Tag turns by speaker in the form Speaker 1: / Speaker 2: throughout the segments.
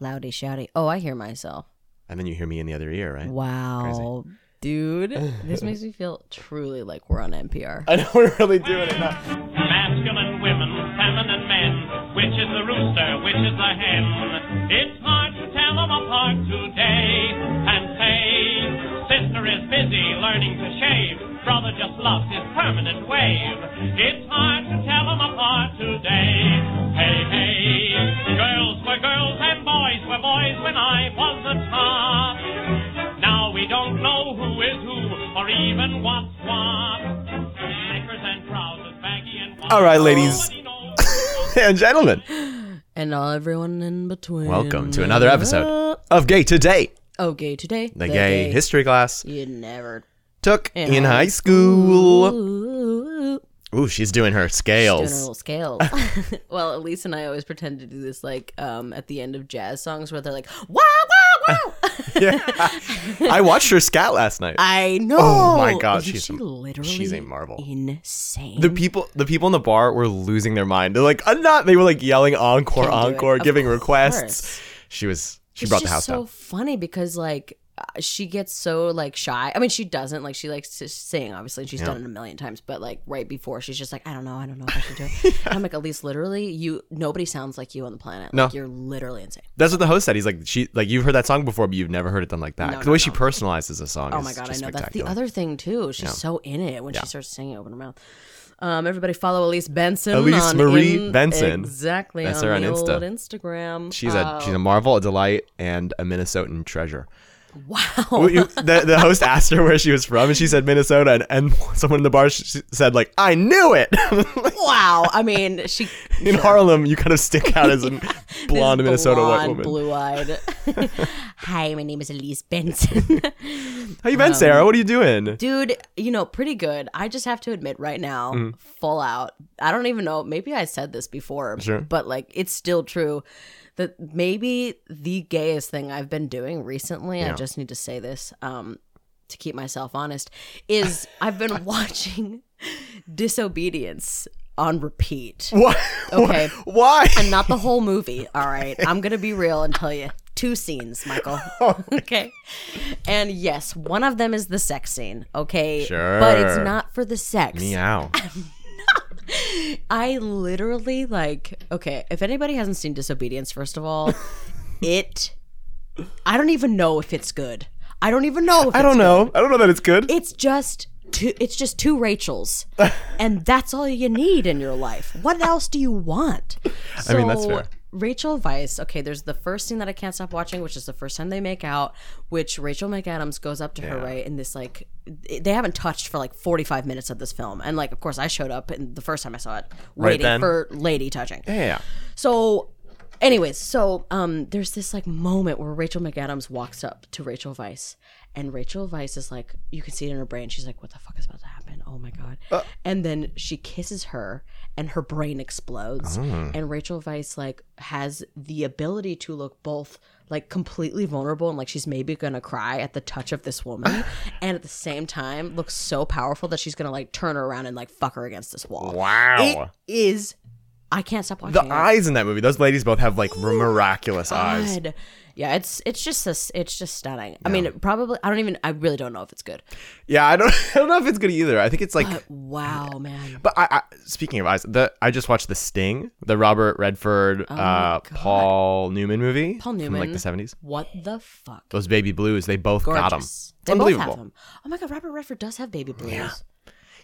Speaker 1: Loudy shouty. Oh, I hear myself.
Speaker 2: And then you hear me in the other ear, right?
Speaker 1: Wow. Dude, this makes me feel truly like we're on NPR.
Speaker 2: I know we're really doing it. Now.
Speaker 3: Masculine women, feminine men. Which is the rooster, which is the hen? It's hard to tell them apart today. And say, sister is busy learning to shave. Brother just loves his permanent wave. It's hard to tell them apart today. Hey, hey. Girls were girls and boys were boys when I was a top. Now we don't know who is who or even what's what. Knickers and trousers, baggy and wide.
Speaker 2: All right, ladies.
Speaker 3: Nobody knows.
Speaker 2: and gentlemen,
Speaker 1: And all everyone in between.
Speaker 2: welcome to another episode of Gay Today,
Speaker 1: Okay, today.
Speaker 2: the, gay, history class
Speaker 1: You never.
Speaker 2: took
Speaker 1: In
Speaker 2: in,
Speaker 1: high
Speaker 2: high school.
Speaker 1: Ooh.
Speaker 2: Ooh, she's doing her
Speaker 1: Doing our
Speaker 2: scales.
Speaker 1: little scales. well, Elise and I always pretend to do this like um at the end of jazz songs where they're like, wow, wow, wow.
Speaker 2: yeah. I watched her scat last night.
Speaker 1: I know.
Speaker 2: Oh my God,
Speaker 1: Isn't
Speaker 2: she's
Speaker 1: she
Speaker 2: a-
Speaker 1: literally
Speaker 2: she's a marvel.
Speaker 1: Insane.
Speaker 2: the people, the people in the bar were losing their mind. They're like, I'm not. They were like yelling encore,
Speaker 1: Can't do it.
Speaker 2: encore,
Speaker 1: Of
Speaker 2: giving
Speaker 1: course.
Speaker 2: requests. She was. She
Speaker 1: it's
Speaker 2: brought the
Speaker 1: just
Speaker 2: house
Speaker 1: so
Speaker 2: down.
Speaker 1: funny because like uh, she gets so like shy. I mean, she doesn't like she likes to sing. Obviously, and she's done it a million times. But like right before, she's just like, I don't know, I don't know if I should do it. And I'm like, Elise, literally, you nobody sounds like you on the planet.
Speaker 2: No.
Speaker 1: Like, you're literally insane.
Speaker 2: That's what the host said. He's like, she like you've heard that song before, but you've never heard it done like that. 'Cause the
Speaker 1: no,
Speaker 2: way she personalizes a song.
Speaker 1: Oh
Speaker 2: is
Speaker 1: my god, I
Speaker 2: just
Speaker 1: know that's the
Speaker 2: spectacular.
Speaker 1: other thing too. She's so in it when she starts singing open her mouth. Um, everybody follow Elise Benson.
Speaker 2: Elise
Speaker 1: on
Speaker 2: Marie
Speaker 1: in-
Speaker 2: Benson.
Speaker 1: Exactly.
Speaker 2: That's
Speaker 1: on
Speaker 2: her on
Speaker 1: the
Speaker 2: Insta.
Speaker 1: old Instagram.
Speaker 2: She's a she's
Speaker 1: Oh.
Speaker 2: a marvel, a delight, and a Minnesotan treasure.
Speaker 1: wow.
Speaker 2: Well, you- the, the host asked her where she was from, and she said Minnesota. And, and someone in the bar sh- sh- said, "Like I knew it."
Speaker 1: wow. I mean, she
Speaker 2: in Harlem, you kind of stick out as a blonde Minnesota white woman.
Speaker 1: Blue eyed. Hi, my name is Elise Benson.
Speaker 2: How
Speaker 1: Oh.
Speaker 2: you been, Sarah? What are you doing?
Speaker 1: Dude, you know, pretty good. I just have to admit right now,
Speaker 2: Mm.
Speaker 1: full out. I don't even know. Maybe I said this before,
Speaker 2: Sure.
Speaker 1: but like it's still true that maybe the gayest thing I've been doing recently, I
Speaker 2: Yeah.
Speaker 1: just need to say this um, to keep myself honest, is I've been watching Disobedience on repeat.
Speaker 2: What?
Speaker 1: Okay.
Speaker 2: Why?
Speaker 1: and not the whole movie. All right, I'm gonna be real and tell you two scenes, Michael.
Speaker 2: Oh.
Speaker 1: okay, and yes, one of them is the sex scene. Okay, but it's
Speaker 2: Sure.
Speaker 1: not for the sex.
Speaker 2: Meow.
Speaker 1: I literally like. Okay, if anybody hasn't seen Disobedience, first of all, it. I don't even know if it's good. I don't even know. If
Speaker 2: I
Speaker 1: it's
Speaker 2: don't know. I don't know that it's good.
Speaker 1: it's just two it's just two Rachels. and that's all you need in your life. What else do you want? So,
Speaker 2: mean, that's fair.
Speaker 1: Rachel Vice, okay, there's the first scene that I can't stop watching, which is the first time they make out, which Rachel McAdams goes up to her, right, in this like they haven't touched for like 45 minutes of this film. And like of course I showed up and the first time I saw it waiting
Speaker 2: then.
Speaker 1: for lady touching.
Speaker 2: yeah.
Speaker 1: So, anyways, so um, there's this like moment where Rachel McAdams walks up to Rachel Vice, and Rachel Vice is like, you can see it in her brain. She's like, "What the fuck is about to happen? Oh my god!"
Speaker 2: Uh.
Speaker 1: and then she kisses her, and her brain explodes.
Speaker 2: Mm.
Speaker 1: And Rachel Vice like has the ability to look both like completely vulnerable and like she's maybe gonna cry at the touch of this woman, and at the same time looks so powerful that she's gonna like turn her around and like fuck her against this wall.
Speaker 2: Wow.
Speaker 1: It is. I can't stop watching.
Speaker 2: the
Speaker 1: it.
Speaker 2: eyes in that movie. Those ladies both have like miraculous eyes.
Speaker 1: God. Yeah, it's it's just a s it's just stunning. I mean, it probably I don't even I really don't know if it's good.
Speaker 2: Yeah. I don't. I don't know if it's good either. I think it's like.
Speaker 1: But wow, man.
Speaker 2: But I, I speaking of eyes, the I just watched The Sting, the Robert Redford, uh, Paul Newman movie,
Speaker 1: Oh Paul
Speaker 2: from
Speaker 1: Newman.
Speaker 2: like the seventies.
Speaker 1: What the fuck?
Speaker 2: Those baby blues, they both got him.
Speaker 1: Gorgeous. They
Speaker 2: Unbelievable.
Speaker 1: both have them. Oh my god, Robert Redford does have baby blues.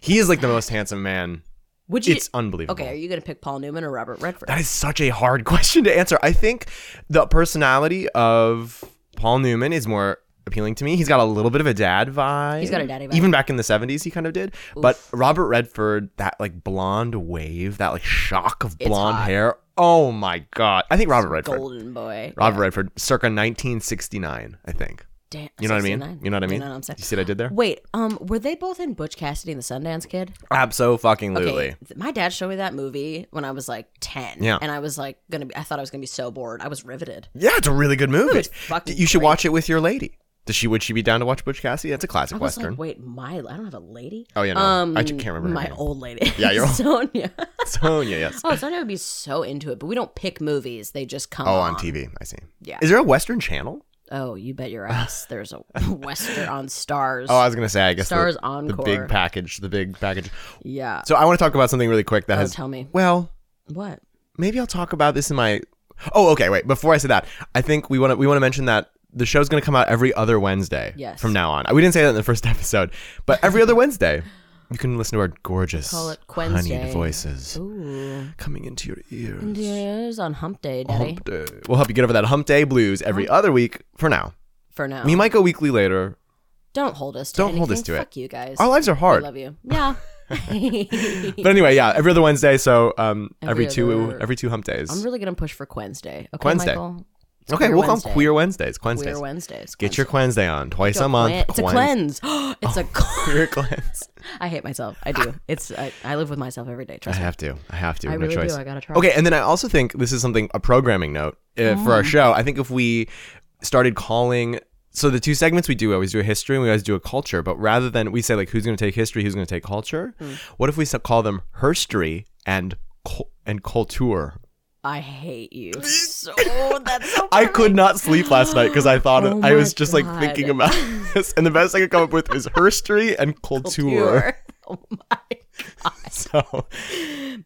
Speaker 2: He is like the most handsome man.
Speaker 1: Would you
Speaker 2: It's unbelievable.
Speaker 1: Okay, are you going to pick Paul Newman or Robert Redford?
Speaker 2: That is such a hard question to answer. I think the personality of Paul Newman is more appealing to me. He's got a little bit of a dad vibe.
Speaker 1: He's got a daddy vibe.
Speaker 2: Even back in the 70s he kind of did. But Robert Redford, that like blonde wave, that like shock of blonde
Speaker 1: hot.
Speaker 2: hair. Oh my god. I think Robert Redford.
Speaker 1: Golden boy.
Speaker 2: Robert Redford circa 1969, I think.
Speaker 1: Damn,
Speaker 2: You know what I mean?
Speaker 1: 69.
Speaker 2: You know what I mean?
Speaker 1: know what I'm saying?
Speaker 2: You see what I did there?
Speaker 1: Wait, um were they both in Butch Cassidy and the Sundance Kid?
Speaker 2: Abso fucking lutely.
Speaker 1: Okay, th- my dad showed me that movie when I was like 10
Speaker 2: Yeah.
Speaker 1: and I was like going to be I thought I was going to be so bored. I was riveted.
Speaker 2: Yeah, it's a really good movie.
Speaker 1: fucking
Speaker 2: You should
Speaker 1: great.
Speaker 2: watch it with your lady. Does she would she be down to watch Butch Cassidy? That's a classic
Speaker 1: I was
Speaker 2: western.
Speaker 1: like, wait, my I don't have a lady. Um,
Speaker 2: Oh, yeah, no. I ju- can't remember her
Speaker 1: my
Speaker 2: name.
Speaker 1: old lady.
Speaker 2: Yeah, your old-
Speaker 1: Sonia.
Speaker 2: Sonya, yes.
Speaker 1: Oh, Sonia would be so into it, but we don't pick movies; they just come.
Speaker 2: Oh,
Speaker 1: on.
Speaker 2: on TV. I see.
Speaker 1: Yeah.
Speaker 2: Is there a Western channel?
Speaker 1: Oh, you bet your ass. There's a western on Stars.
Speaker 2: Oh, I was gonna say. I guess the-
Speaker 1: Stars
Speaker 2: the,
Speaker 1: Encore.
Speaker 2: big package. The big package.
Speaker 1: yeah.
Speaker 2: So I want to talk about something really quick that
Speaker 1: Oh,
Speaker 2: has.
Speaker 1: tell me
Speaker 2: well,
Speaker 1: what.
Speaker 2: maybe I'll talk about this in my. Oh, okay. Wait. Before I say that, I think we want to we want to mention that the show's going to come out every other Wednesday.
Speaker 1: Yes.
Speaker 2: From now on, we didn't say that in the first episode, but every other Wednesday, you can listen to our gorgeous,
Speaker 1: Call it Wednesday.
Speaker 2: honeyed voices
Speaker 1: Ooh,
Speaker 2: coming into your ears.
Speaker 1: Yes, on Hump Day, Daddy.
Speaker 2: Hump day. We'll help you get over that hump day blues every other week. For now,
Speaker 1: For now,
Speaker 2: we might go weekly later.
Speaker 1: don't hold us. To
Speaker 2: Don't hold us
Speaker 1: anything.
Speaker 2: to it.
Speaker 1: Fuck you guys.
Speaker 2: Our lives are
Speaker 1: I
Speaker 2: hard.
Speaker 1: love you. Yeah.
Speaker 2: But anyway, yeah, every other Wednesday. So um,
Speaker 1: Every
Speaker 2: every, two
Speaker 1: other-
Speaker 2: every two hump days.
Speaker 1: I'm really gonna push for Wednesday. Okay,
Speaker 2: Wednesday.
Speaker 1: Michael. It's
Speaker 2: okay,
Speaker 1: Queer
Speaker 2: we'll call
Speaker 1: Wednesday.
Speaker 2: them queer Wednesdays. Wednesdays.
Speaker 1: Queer Wednesdays.
Speaker 2: Get your Wednesday on twice a month.
Speaker 1: It's a cleanse. it's a.
Speaker 2: Oh.
Speaker 1: cleanse.
Speaker 2: Queer cleanse.
Speaker 1: I hate myself. I do. It's. I, I live with myself every day.
Speaker 2: I
Speaker 1: Trust me.
Speaker 2: have to. I have to.
Speaker 1: I
Speaker 2: no
Speaker 1: really
Speaker 2: choice.
Speaker 1: do. I gotta try.
Speaker 2: Okay, and then I also think this is something a programming note uh, for our show. I think if we started calling. So the two segments we do, we always do a history and we always do a culture. But rather than we say like who's going to take history, who's going to take culture,
Speaker 1: Hmm.
Speaker 2: what if we so- call them herstory and cul- and culture?
Speaker 1: I hate you. So that's so.
Speaker 2: I could not sleep last night because I thought
Speaker 1: Oh
Speaker 2: I was
Speaker 1: my
Speaker 2: just
Speaker 1: God.
Speaker 2: like thinking about this, and the best I could come up with is herstory and culture.
Speaker 1: pure. Oh my.
Speaker 2: So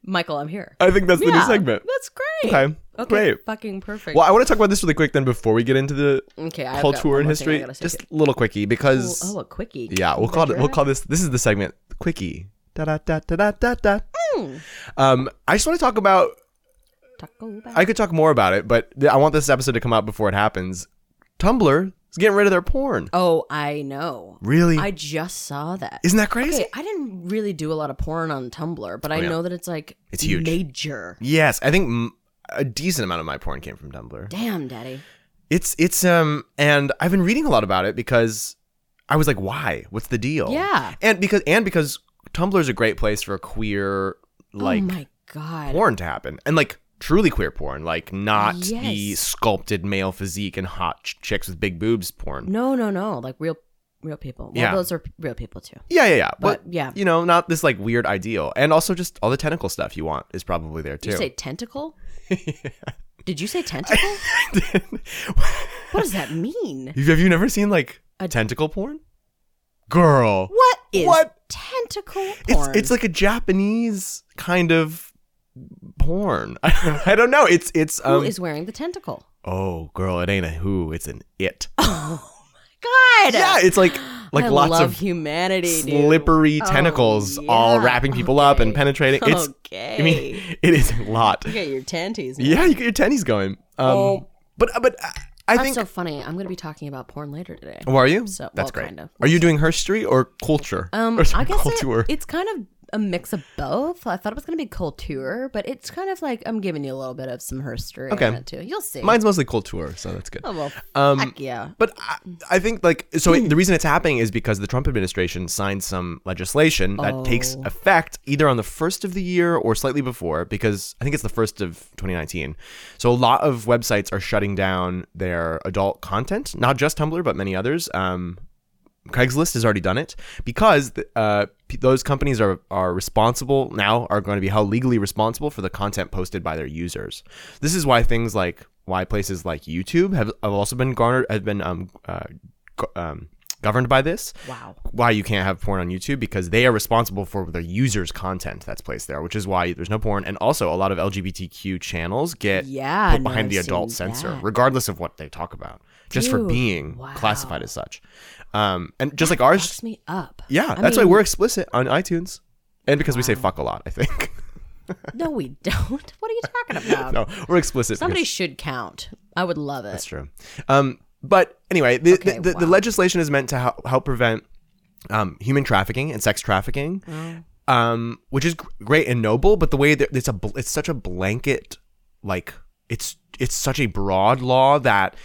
Speaker 1: Michael, I'm here.
Speaker 2: I think that's the new
Speaker 1: Yeah,
Speaker 2: Uh, segment.
Speaker 1: That's great.
Speaker 2: Okay,
Speaker 1: Okay,
Speaker 2: great.
Speaker 1: Fucking perfect.
Speaker 2: Well, I want to talk about this really quick then before we get into the
Speaker 1: okay. I've got one
Speaker 2: culture
Speaker 1: more
Speaker 2: and
Speaker 1: thing I
Speaker 2: history.
Speaker 1: gotta say
Speaker 2: Just
Speaker 1: too.
Speaker 2: a little quickie because
Speaker 1: Oh, a quickie.
Speaker 2: yeah, we'll call it we'll call this this is the segment quickie. Da da da da da da da.
Speaker 1: Hmm.
Speaker 2: Um, I just want to talk about.
Speaker 1: Taco Bell.
Speaker 2: I could talk more about it, but th- I want this episode to come out before it happens. Tumblr is getting rid of their porn.
Speaker 1: oh, I know.
Speaker 2: Really?
Speaker 1: I just saw that.
Speaker 2: Isn't that crazy? Oh,
Speaker 1: Okay, I didn't really do a lot of porn on Tumblr, but I
Speaker 2: yeah.
Speaker 1: know that it's like
Speaker 2: It's huge.
Speaker 1: major.
Speaker 2: Yes, I think m- a decent amount of my porn came from Tumblr.
Speaker 1: Damn, Daddy.
Speaker 2: It's it's um, and I've been reading a lot about it because I was like, why? What's the deal?
Speaker 1: Yeah.
Speaker 2: and because and because Tumblr is a great place for queer like
Speaker 1: oh my god.
Speaker 2: porn to happen, and like truly queer porn, like not the
Speaker 1: Yes.
Speaker 2: sculpted male physique and hot ch- chicks with big boobs porn.
Speaker 1: No, no, no. Like real, real people. Well,
Speaker 2: Yeah.
Speaker 1: those are real people too.
Speaker 2: Yeah, yeah, yeah.
Speaker 1: But
Speaker 2: But,
Speaker 1: yeah,
Speaker 2: you know, not this like weird ideal, and also just all the tentacle stuff you want is probably there
Speaker 1: Did
Speaker 2: too.
Speaker 1: you say tentacle? Did you say tentacle? what does that mean?
Speaker 2: Have you never seen like
Speaker 1: A-
Speaker 2: tentacle porn? Girl.
Speaker 1: What is
Speaker 2: What?
Speaker 1: tentacle
Speaker 2: It's
Speaker 1: porn?
Speaker 2: it's like a Japanese kind of porn. I don't know. It's it's
Speaker 1: who
Speaker 2: um
Speaker 1: is wearing the tentacle?
Speaker 2: Oh girl, it ain't a who, it's an it.
Speaker 1: Oh my god.
Speaker 2: yeah, it's like like
Speaker 1: I
Speaker 2: lots
Speaker 1: love
Speaker 2: of
Speaker 1: humanity, dude.
Speaker 2: slippery
Speaker 1: Oh,
Speaker 2: tentacles all
Speaker 1: yeah.
Speaker 2: wrapping people up and
Speaker 1: Okay.
Speaker 2: penetrating. It's
Speaker 1: okay.
Speaker 2: I mean, it is a lot.
Speaker 1: you get your tenties. man.
Speaker 2: Yeah, you get your tennies going. Um
Speaker 1: Oh.
Speaker 2: but but I- I
Speaker 1: That's
Speaker 2: think
Speaker 1: so funny. I'm going to be talking about porn later today.
Speaker 2: Oh, are you?
Speaker 1: So-
Speaker 2: That's
Speaker 1: well,
Speaker 2: great.
Speaker 1: kind of.
Speaker 2: Are you doing herstory or culture?
Speaker 1: Um,
Speaker 2: or some
Speaker 1: I guess it-
Speaker 2: culture?
Speaker 1: it's kind of a mix of both. I thought it was going to be culture, but it's kind of like I'm giving you a little bit of some history
Speaker 2: Okay.
Speaker 1: on it too. You'll see.
Speaker 2: Mine's mostly culture, so that's good.
Speaker 1: oh, well,
Speaker 2: Um,
Speaker 1: fuck yeah.
Speaker 2: But I, I think like so it, the reason it's happening is because the Trump administration signed some legislation that takes
Speaker 1: Oh.
Speaker 2: effect either on the first of the year or slightly before because I think it's the first of 2019. So a lot of websites are shutting down their adult content, not just Tumblr but many others. Um, Craigslist has already done it because uh, p- those companies are are responsible now are going to be held legally responsible for the content posted by their users. This is why things like why places like YouTube have, have also been garnered have been um, uh, go- um, governed by this.
Speaker 1: Wow.
Speaker 2: Why you can't have porn on YouTube because they are responsible for their users' content that's placed there, which is why there's no porn. And also, a lot of LGBTQ channels get
Speaker 1: Yeah,
Speaker 2: put
Speaker 1: no,
Speaker 2: behind
Speaker 1: I've
Speaker 2: the adult
Speaker 1: seen
Speaker 2: censor,
Speaker 1: that.
Speaker 2: regardless of what they talk about, just for
Speaker 1: Dude,
Speaker 2: being
Speaker 1: wow.
Speaker 2: classified as such. Um, and just like ours,
Speaker 1: Fucks me up.
Speaker 2: yeah,
Speaker 1: I
Speaker 2: that's
Speaker 1: mean,
Speaker 2: why we're explicit on iTunes, and because we say fuck a lot, I think.
Speaker 1: No, we don't. What are you talking about?
Speaker 2: no, we're explicit.
Speaker 1: Somebody
Speaker 2: because-
Speaker 1: should count. I would love it.
Speaker 2: that's true. Um, but anyway, the
Speaker 1: Okay,
Speaker 2: the, the, the
Speaker 1: wow.
Speaker 2: legislation is meant to help, help prevent um, human trafficking and sex trafficking,
Speaker 1: Oh.
Speaker 2: um, which is gr- great and noble. But the way that it's a bl- it's such a blanket, like it's it's such a broad law that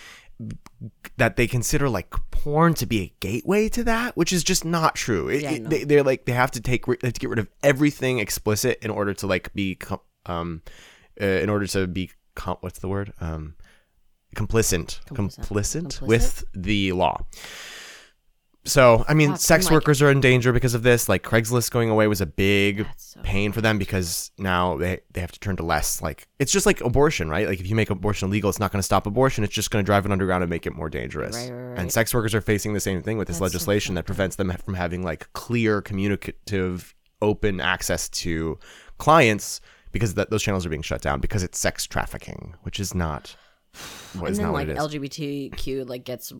Speaker 2: that they consider like porn to be a gateway to that, which is just not true. It,
Speaker 1: Yeah,
Speaker 2: it-
Speaker 1: no.
Speaker 2: they, they're like they have to take ri- they have to get rid of everything explicit in order to like be com- um uh, in order to be com- what's the word um complicit,
Speaker 1: Complicit.
Speaker 2: complicit,
Speaker 1: Complicit?
Speaker 2: with the law. So, I mean,
Speaker 1: Fuck, I'm
Speaker 2: sex
Speaker 1: like-
Speaker 2: workers are in danger because of this. Like Craigslist going away was a big
Speaker 1: That's so
Speaker 2: pain for them because now they they have to turn to less. Like it's just like abortion, right? Like if you make abortion illegal, it's not going to stop abortion. It's just going to drive it underground and make it more dangerous.
Speaker 1: Right, right, right.
Speaker 2: And sex workers are facing the same thing with this legislation that prevents them from having like clear, communicative, open access to clients because that those channels are being shut down because it's sex trafficking, which is not. What
Speaker 1: and
Speaker 2: is
Speaker 1: then
Speaker 2: not
Speaker 1: like
Speaker 2: what it is.
Speaker 1: LGBTQ like gets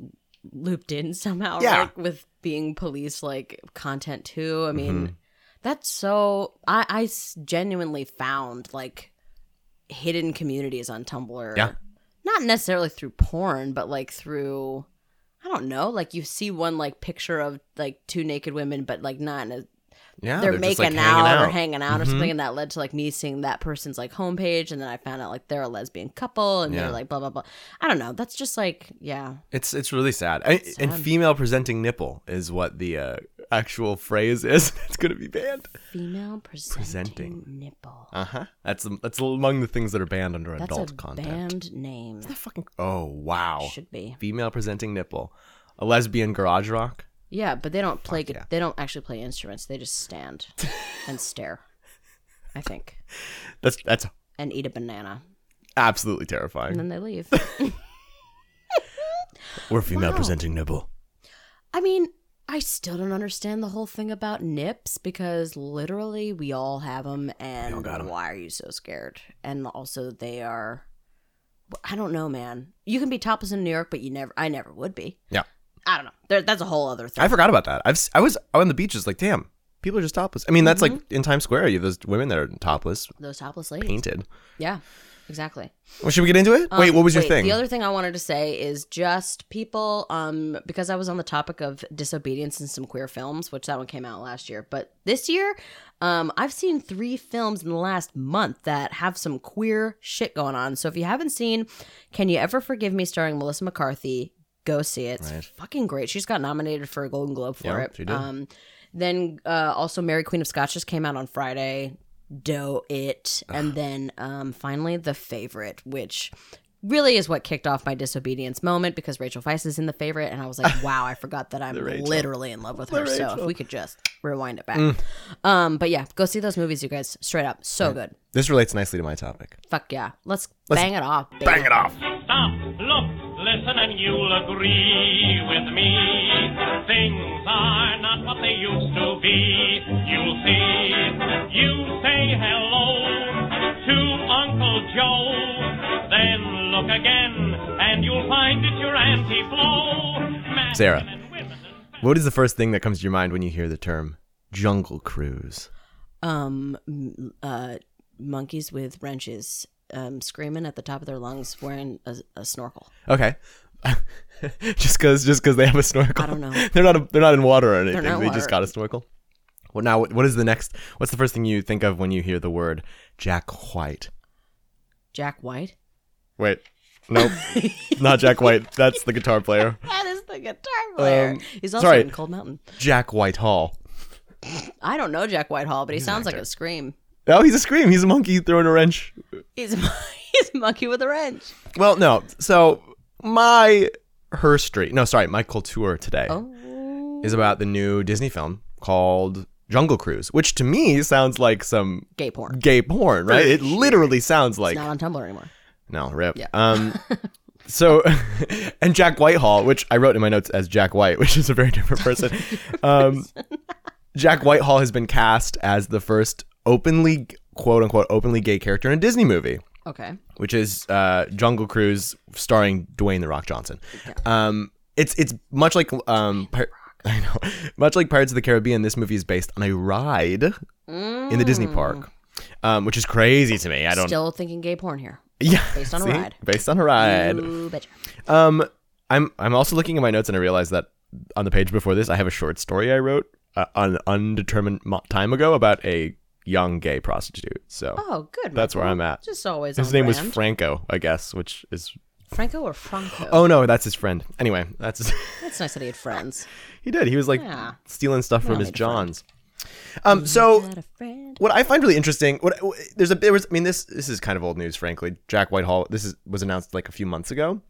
Speaker 1: looped in somehow,
Speaker 2: Yeah.
Speaker 1: right? With being police like content too. I mean,
Speaker 2: Mm-hmm.
Speaker 1: that's so. I I s- genuinely found like hidden communities on Tumblr.
Speaker 2: Yeah.
Speaker 1: Not necessarily through porn, but like through I don't know. Like you see one like picture of like two naked women, but like not in a
Speaker 2: yeah,
Speaker 1: they're,
Speaker 2: Oh, just,
Speaker 1: making
Speaker 2: like,
Speaker 1: out,
Speaker 2: hanging Mm-hmm.
Speaker 1: or hanging out or something, and that led to like me seeing that person's like homepage, and then I found out like they're a lesbian couple, and
Speaker 2: Yeah.
Speaker 1: they're like blah blah blah. I don't know. That's just like yeah,
Speaker 2: It's it's really sad. I, and female presenting nipple is what the uh, actual phrase is. it's going to be banned.
Speaker 1: female presenting,
Speaker 2: Presenting.
Speaker 1: nipple.
Speaker 2: Uh huh. That's that's among the things that are banned under
Speaker 1: That's
Speaker 2: adult
Speaker 1: a
Speaker 2: content.
Speaker 1: band name.
Speaker 2: That fucking oh wow.
Speaker 1: Should be
Speaker 2: Female presenting nipple, a lesbian garage rock.
Speaker 1: yeah, but they don't play. gu-
Speaker 2: yeah.
Speaker 1: They don't actually play instruments. They just stand and stare. I think
Speaker 2: That's that's
Speaker 1: and eat a banana,
Speaker 2: absolutely
Speaker 1: and
Speaker 2: terrifying.
Speaker 1: then they leave.
Speaker 2: We're female presenting nipple.
Speaker 1: I mean, I still don't understand the whole thing about nips because literally we all have them, and
Speaker 2: got 'em.
Speaker 1: why are you so scared? And also, they are. I don't know, man. You can be topless in New York, but you never. I never would be.
Speaker 2: Yeah,
Speaker 1: I don't know. There, that's a whole other thing.
Speaker 2: I forgot about that. I've s- I was on the beaches like damn, people are just topless. I mean that's like in Times Square. You have those women that are topless,
Speaker 1: Those topless ladies.
Speaker 2: painted.
Speaker 1: Yeah, exactly.
Speaker 2: Well, should we get into it? wait,
Speaker 1: Um,
Speaker 2: what was your thing?
Speaker 1: The other thing I wanted to say is just people, um, because I was on the topic of disobedience in some queer films, which that one came out last year, but this year, um, I've seen three films in the last month that have some queer shit going on. So if you haven't seen Can You Ever Forgive Me, starring Melissa McCarthy, go see it. It's fucking great. She just got nominated for a Golden Globe for
Speaker 2: Yeah,
Speaker 1: it.
Speaker 2: she did.
Speaker 1: Um, then uh, also Mary Queen of Scots just came out on Friday. Do it, and then um, finally the favorite, which really is what kicked off my disobedience moment because Rachel Weisz is in the favorite, and I was like, wow, I forgot that I'm
Speaker 2: Rachel. Mm.
Speaker 1: literally in love with her. So if we could just rewind it back, um, but yeah, go see those movies, you guys. Straight up, so good.
Speaker 2: this relates nicely to my topic.
Speaker 1: Fuck yeah, let's, bang it off. Baby.
Speaker 2: Bang it off.
Speaker 3: Stop, look, listen, and you'll agree with me. Things are not what they used to be. You'll see. You say hello to Uncle Joe. Then look again, and you'll find it's your Auntie Flo.
Speaker 2: Sarah.
Speaker 3: Masculine women and
Speaker 2: What is the first thing that comes to your mind when you hear the term jungle cruise?
Speaker 1: um m- uh monkeys with wrenches um screaming at the top of their lungs wearing a, a snorkel
Speaker 2: Okay. just because just because they have a snorkel.
Speaker 1: I don't know.
Speaker 2: they're not a, they're not in water or anything.
Speaker 1: not
Speaker 2: They
Speaker 1: water.
Speaker 2: just got a snorkel. Well, now what- what is the next? What's the first thing you think of when you hear the word Jack White?
Speaker 1: jack white
Speaker 2: Wait, nope, not Jack White. That's the guitar player.
Speaker 1: that is the guitar player
Speaker 2: Um,
Speaker 1: he's also
Speaker 2: sorry.
Speaker 1: in cold mountain
Speaker 2: Jack Whitehall.
Speaker 1: i don't know jack whitehall but he sounds like a scream
Speaker 2: Oh, he's a scream. He's a monkey throwing a wrench.
Speaker 1: he's a, he's a monkey with a wrench
Speaker 2: Well, no. So my her street. No, sorry, my culture today.
Speaker 1: oh
Speaker 2: is about the new Disney film called Jungle Cruise, which to me sounds like some
Speaker 1: gay porn
Speaker 2: gay porn, right? It literally sounds like
Speaker 1: not on tumblr anymore
Speaker 2: no rip. Um, so and Jack Whitehall, which I wrote in my notes as Jack White, which is a very different person. Um, Jack Whitehall has been cast as the first openly quote unquote openly gay character in a Disney movie
Speaker 1: okay
Speaker 2: which is uh, Jungle Cruise starring Dwayne the Rock Johnson. Um, it's it's much like um, Pir- I know, much like Pirates of the Caribbean. This movie is based on a ride in the Disney park, um, which is crazy to me. I don't.
Speaker 1: Mm, still thinking gay porn here
Speaker 2: yeah,
Speaker 1: based on a
Speaker 2: see?
Speaker 1: ride.
Speaker 2: Based on a ride.
Speaker 1: Ooh, betcha.
Speaker 2: Um, I'm I'm also looking at my notes and I realized that on the page before this, I have a short story I wrote uh, on undetermined mo- time ago about a young gay prostitute. So
Speaker 1: oh good
Speaker 2: that's where
Speaker 1: Michael.
Speaker 2: I'm at.
Speaker 1: just always
Speaker 2: His
Speaker 1: on
Speaker 2: name was
Speaker 1: brand.
Speaker 2: Franco, I guess, which is
Speaker 1: franco or franco
Speaker 2: Oh no, that's his friend. Anyway, that's his-
Speaker 1: that's nice that he had friends
Speaker 2: he did. He was like
Speaker 1: Yeah.
Speaker 2: stealing stuff from his
Speaker 1: made a friend.
Speaker 2: Johns. Um, so
Speaker 1: Had a friend
Speaker 2: what I find really interesting, what there's a there was I mean this this is kind of old news, frankly. Jack Whitehall, this is was announced like a few months ago,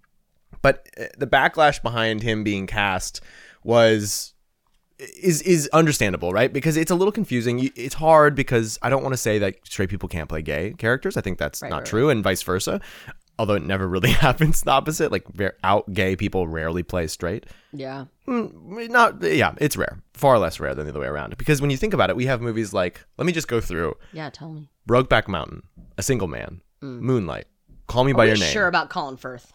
Speaker 2: But uh, the backlash behind him being cast was is is understandable, right? Because it's a little confusing. You- It's hard because I don't want to say that straight people can't play gay characters. I think that's
Speaker 1: Right,
Speaker 2: not
Speaker 1: right,
Speaker 2: true, and vice versa. Although it never really happens the opposite. Like ver- out gay people rarely play straight.
Speaker 1: Yeah.
Speaker 2: Mm, not yeah, it's rare. Far less rare than the other way around. Because when you think about it, we have movies like let me just go through
Speaker 1: Yeah. Tell me.
Speaker 2: Brokeback Mountain, A Single Man, Moonlight, Call Me by
Speaker 1: Are
Speaker 2: Your
Speaker 1: we
Speaker 2: Name.
Speaker 1: Mm. Oh, sure about Colin Firth?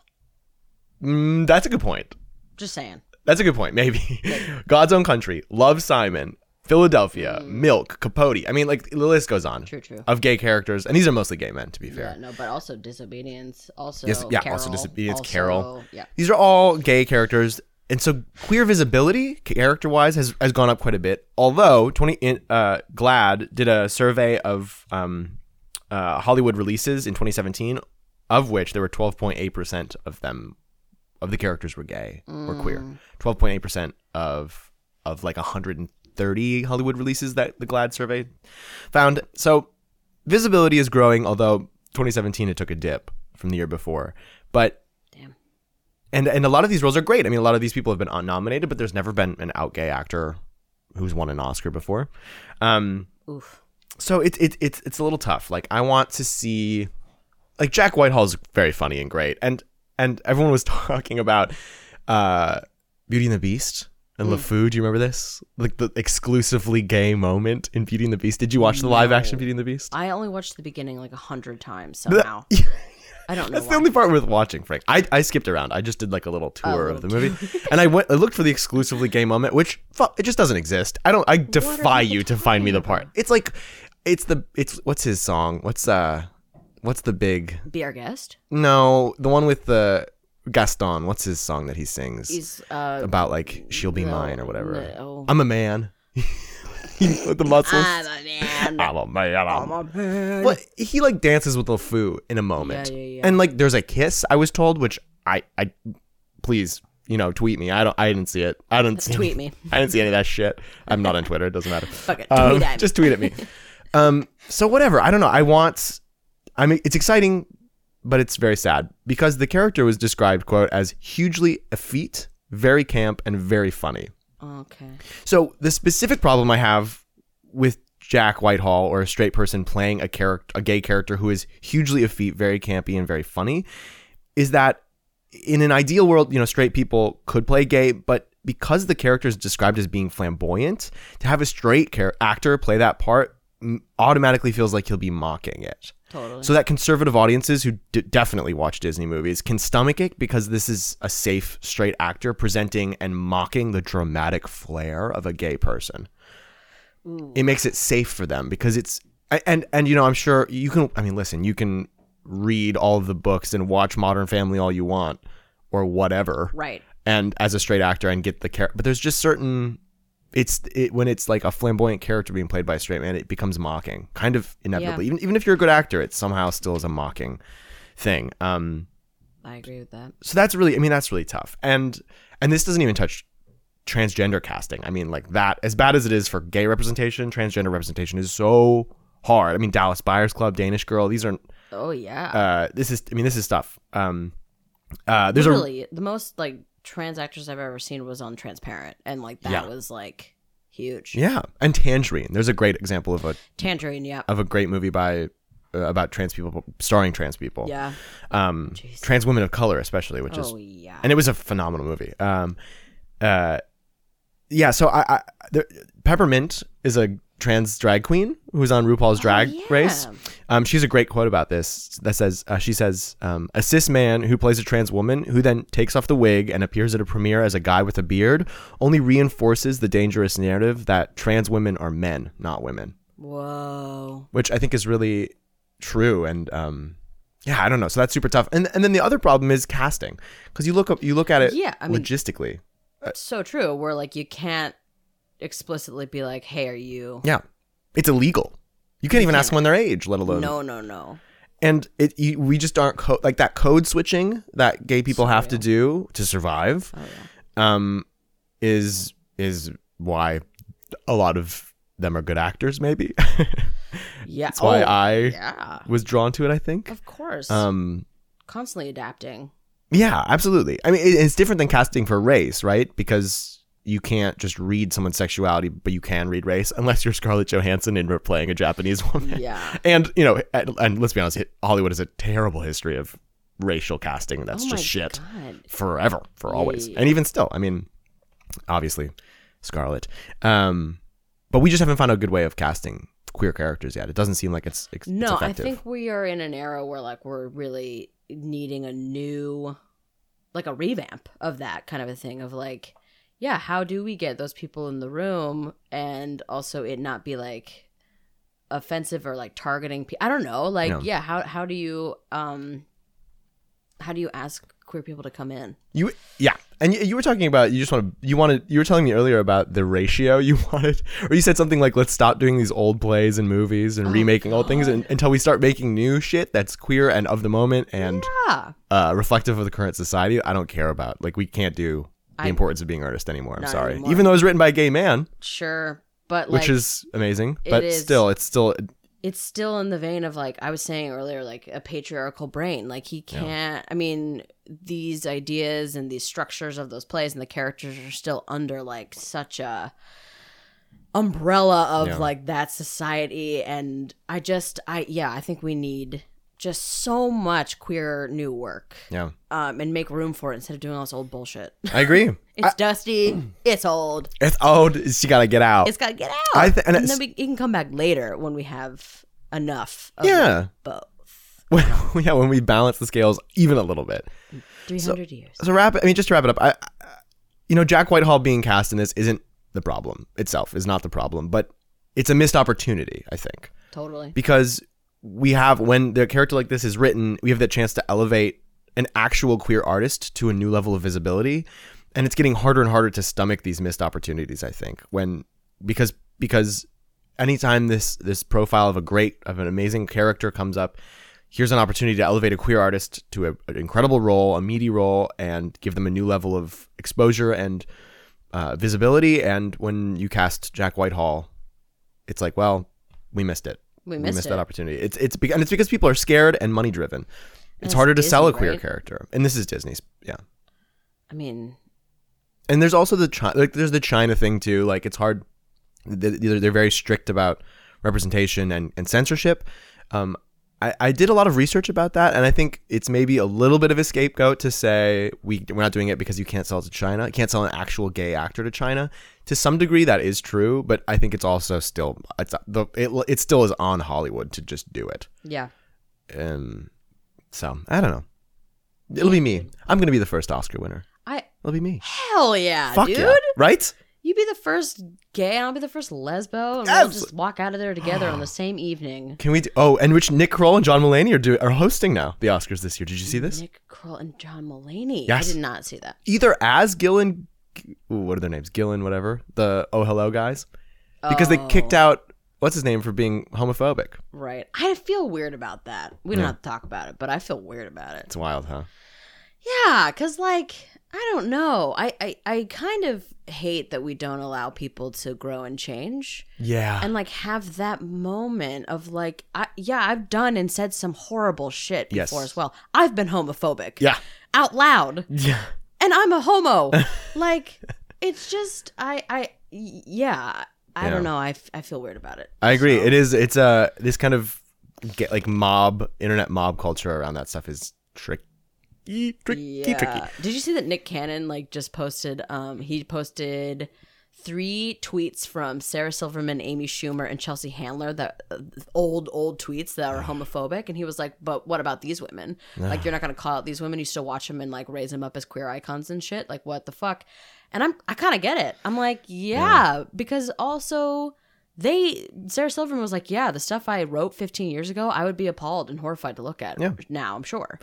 Speaker 2: Mm, that's a good point.
Speaker 1: Just saying.
Speaker 2: That's a good point. Maybe God's Own Country, Love Simon, Philadelphia, Milk, Capote. I mean, like the list goes on
Speaker 1: Mm. True, true.
Speaker 2: of gay characters, and these are mostly gay men, to be fair.
Speaker 1: Yeah, no, but also disobedience. Also,
Speaker 2: Yes, yeah,
Speaker 1: Carol,
Speaker 2: also disobedience, Carol.
Speaker 1: Yeah,
Speaker 2: These are all gay characters, and so queer visibility, character-wise, has has gone up quite a bit. Although twenty in, uh, Glad did a survey of um, uh, Hollywood releases in 2017, of which there were 12.8 percent of them of the characters were gay or queer. 12.8 percent of of like 130 Hollywood releases that the Glad survey found. So visibility is growing, although 2017 it took a dip from the year before, but
Speaker 1: damn.
Speaker 2: and and a lot of these roles are great. I mean, a lot of these people have been nominated, but there's never been an out gay actor who's won an Oscar before. Um,
Speaker 1: Oof.
Speaker 2: so it's it, it's it's a little tough. Like I want to see, like Jack Whitehall's very funny and great, and and everyone was talking about uh, Beauty and the Beast and LeFou. Do you remember this? Like the exclusively gay moment in Beauty and the Beast. Did you watch the live action Beauty and the Beast?
Speaker 1: I only watched the beginning like a hundred times somehow. I don't know.
Speaker 2: That's
Speaker 1: why.
Speaker 2: the only part worth watching, Frank. I, I skipped around. I just did like a little tour of the
Speaker 1: little
Speaker 2: movie, and I went. I looked for the exclusively gay moment, which fu- it just doesn't exist. I don't. I defy you to find me the part. It's like, it's the it's what's his song? What's uh, what's the big?
Speaker 1: Be our guest
Speaker 2: No, the one with the Gaston. What's his song that he sings
Speaker 1: is uh,
Speaker 2: about like she'll be mine or whatever?
Speaker 1: no.
Speaker 2: I'm a man. with the muscles.
Speaker 1: I'm a man.
Speaker 2: I'm a man. I'm
Speaker 1: I'm a man.
Speaker 2: well, he like dances with LeFou in a moment,
Speaker 1: Yeah, yeah, yeah.
Speaker 2: and like there's a kiss. I was told, which I, I, please, you know, tweet me. I don't, I didn't see it. I didn't see
Speaker 1: Tweet
Speaker 2: any-
Speaker 1: me.
Speaker 2: I didn't see any of that shit. I'm not on Twitter. It doesn't matter. Fuck
Speaker 1: it, tweet at me.
Speaker 2: Just tweet at me. um, so whatever. I don't know. I want. I mean, it's exciting, but it's very sad because the character was described quote as hugely effete, very camp, and very funny.
Speaker 1: Okay.
Speaker 2: So the specific problem I have with Jack Whitehall or a straight person playing a character, a gay character who is hugely effete, very campy, and very funny, is that in an ideal world, you know, straight people could play gay, but because the character is described as being flamboyant, to have a straight char- actor play that part m- automatically feels like he'll be mocking it.
Speaker 1: Totally.
Speaker 2: So that conservative audiences who d- definitely watch Disney movies can stomach it because this is a safe straight actor presenting and mocking the dramatic flair of a gay person. It makes it safe for them because it's a- and and you know I'm sure you can I mean listen you can read all of the books and watch Modern Family all you want or whatever
Speaker 1: right.
Speaker 2: and as a straight actor and get the character but there's just certain it's it, when it's like a flamboyant character being played by a straight man it becomes mocking kind of inevitably even, even if you're a good actor it somehow still is a mocking thing um
Speaker 1: I agree with that.
Speaker 2: so that's really i mean that's really tough and and this doesn't even touch transgender casting i mean like that as bad as it is for gay representation transgender representation is so hard i mean dallas buyers club danish girl these are
Speaker 1: Oh yeah.
Speaker 2: uh this is i mean this is stuff um uh there's a
Speaker 1: Literally, the most like trans actors I've ever seen was on Transparent, and like that
Speaker 2: Yeah.
Speaker 1: was like huge.
Speaker 2: yeah and tangerine there's a great example of a
Speaker 1: Tangerine, yeah,
Speaker 2: of a great movie by uh, about trans people starring trans people
Speaker 1: yeah.
Speaker 2: um
Speaker 1: Jeez.
Speaker 2: trans women of color especially which is
Speaker 1: oh yeah.
Speaker 2: and it was a phenomenal movie um uh yeah so i, I there, peppermint is a trans drag queen who's on rupaul's drag
Speaker 1: Oh, yeah.
Speaker 2: race um she's a great quote about this that says uh, she says um, a cis man who plays a trans woman who then takes off the wig and appears at a premiere as a guy with a beard only reinforces the dangerous narrative that trans women are men not women
Speaker 1: Whoa.
Speaker 2: which I think is really true. And um, yeah, I don't know. So that's super tough. And and then the other problem is casting because you look up you look at it
Speaker 1: Yeah, I mean-
Speaker 2: logistically.
Speaker 1: so true where like you can't explicitly be like hey are you
Speaker 2: Yeah, it's illegal. You can't even ask someone their age, let alone.
Speaker 1: no no no
Speaker 2: And it you, we just aren't co- like that code switching that gay people have to do to survive.
Speaker 1: Oh,
Speaker 2: Um, is is why a lot of them are good actors. Maybe
Speaker 1: yeah
Speaker 2: that's why
Speaker 1: oh,
Speaker 2: I
Speaker 1: yeah
Speaker 2: was drawn to it. I think.
Speaker 1: of course
Speaker 2: Um,
Speaker 1: constantly adapting
Speaker 2: Yeah, absolutely. I mean, it, it's different than casting for race, right? Because you can't just read someone's sexuality, but you can read race, unless you're Scarlett Johansson and we're playing a Japanese woman.
Speaker 1: Yeah.
Speaker 2: And you know, and, and let's be honest, hi- Hollywood has a terrible history of racial casting. That's
Speaker 1: Oh my
Speaker 2: just shit
Speaker 1: God.
Speaker 2: forever, for always,
Speaker 1: Yeah.
Speaker 2: and even still. I mean, obviously, Scarlett. Um, but we just haven't found a good way of casting queer characters yet. It doesn't seem like it's, it's it's
Speaker 1: No, I
Speaker 2: effective.
Speaker 1: think we are in an era where like we're really needing a new like a revamp of that kind of a thing of like yeah, how do we get those people in the room and also it not be like offensive or like targeting people? I don't know. Like
Speaker 2: No.
Speaker 1: yeah, how how do you um how do you ask queer people to come in?
Speaker 2: You yeah, and you, you were talking about you just want to you wanted you were telling me earlier about the ratio you wanted, or you said something like let's stop doing these old plays and movies
Speaker 1: Oh
Speaker 2: and remaking old things and, until we start making new shit that's queer and of the moment and
Speaker 1: Ah,
Speaker 2: uh, reflective of the current society. I don't care about like we can't do the importance of being artist anymore. I'm
Speaker 1: Not
Speaker 2: sorry,
Speaker 1: anymore.
Speaker 2: even though it was written by a gay man,
Speaker 1: sure. But like
Speaker 2: which is amazing, but
Speaker 1: is-
Speaker 2: still it's still
Speaker 1: it's still in the vein of like I was saying earlier, like a patriarchal brain. Like he can't. I mean, these ideas and these structures of those plays and the characters are still under like such a umbrella of
Speaker 2: Yeah.
Speaker 1: like that society. And I just, I yeah, I think we need just so much queer new work,
Speaker 2: yeah.
Speaker 1: um, and make room for it instead of doing all this old bullshit.
Speaker 2: I agree.
Speaker 1: It's dusty. It's old.
Speaker 2: It's old. She gotta get out.
Speaker 1: It's got to get out.
Speaker 2: I thi- and
Speaker 1: and
Speaker 2: it's-
Speaker 1: then we, it can come back later when we have enough. Of
Speaker 2: yeah.
Speaker 1: both.
Speaker 2: When, yeah, when we balance the scales even a little bit.
Speaker 1: 300 years.
Speaker 2: so wrap it. I mean, just to wrap it up, I, I, you know, Jack Whitehall being cast in this isn't the problem itself is not the problem, but it's a missed opportunity, I think,
Speaker 1: Totally.
Speaker 2: because we have when the character like this is written, we have the chance to elevate an actual queer artist to a new level of visibility, and it's getting harder and harder to stomach these missed opportunities. I think when because because anytime this this profile of a great of an amazing character comes up here's an opportunity to elevate a queer artist to a, an incredible role a meaty role and give them a new level of exposure and uh, visibility and when you cast jack whitehall it's like well we missed it
Speaker 1: We missed it.
Speaker 2: that opportunity it's it's be- and it's because people are scared and money driven it's
Speaker 1: it's
Speaker 2: harder to sell a
Speaker 1: Disney,
Speaker 2: queer
Speaker 1: right?
Speaker 2: character and this is disney's yeah
Speaker 1: I mean,
Speaker 2: and there's also the China, like there's the China thing too. Like it's hard. They're, they're they're very strict about representation and, and censorship. Um, I, I did a lot of research about that, and I think it's maybe a little bit of a scapegoat to say we we're not doing it because you can't sell it to China. You can't sell an actual gay actor to China. To some degree, that is true, but I think it's also still it's the it, it still is on Hollywood to just do it.
Speaker 1: yeah.
Speaker 2: Um, so I don't know. It'll be me. I'm gonna be the first Oscar winner.
Speaker 1: I
Speaker 2: It'll be me.
Speaker 1: hell yeah,
Speaker 2: Fuck
Speaker 1: Ah, dude.
Speaker 2: yeah! Right?
Speaker 1: You be the first gay, and I'll be the first lesbo, and we'll
Speaker 2: Yes.
Speaker 1: just walk out of there together on the same evening.
Speaker 2: Can we? Do, oh, and which Nick Kroll and John Mulaney are do, are hosting now the Oscars this year. Did you see this?
Speaker 1: Nick Kroll and John Mulaney.
Speaker 2: Yes.
Speaker 1: I did not see that.
Speaker 2: Either as Gillen, ooh, what are their names? Gillen, whatever the Oh Hello guys, because they kicked out what's his name for being homophobic.
Speaker 1: Oh, Right. I feel weird about that. We don't
Speaker 2: Yeah.
Speaker 1: have to talk about it, but I feel weird about it.
Speaker 2: It's wild, huh?
Speaker 1: Yeah, cuz like I don't know. I, I I kind of hate that we don't allow people to grow and change.
Speaker 2: Yeah,
Speaker 1: and like have that moment of like I, yeah i've done and said some horrible shit
Speaker 2: Yes.
Speaker 1: before as well i've been homophobic
Speaker 2: yeah,
Speaker 1: out loud
Speaker 2: yeah.
Speaker 1: and i'm a homo like it's just i i y- yeah i
Speaker 2: Yeah.
Speaker 1: don't know I, f- I feel weird about it
Speaker 2: I agree.
Speaker 1: So,
Speaker 2: It is. It's uh, this kind of get like mob internet mob culture around that stuff is tricky, tricky,
Speaker 1: yeah.
Speaker 2: tricky.
Speaker 1: did you see that nick cannon like just posted um he posted three tweets from sarah silverman amy schumer and chelsea handler that uh, old old tweets that are homophobic and he was like but what about these women like you're not gonna call out these women you still watch them and like raise them up as queer icons and shit like what the fuck and i'm i kind of get it i'm like yeah, because also they sarah silverman was like yeah the stuff i wrote 15 years ago i would be appalled and horrified to look at
Speaker 2: Yeah.
Speaker 1: now i'm sure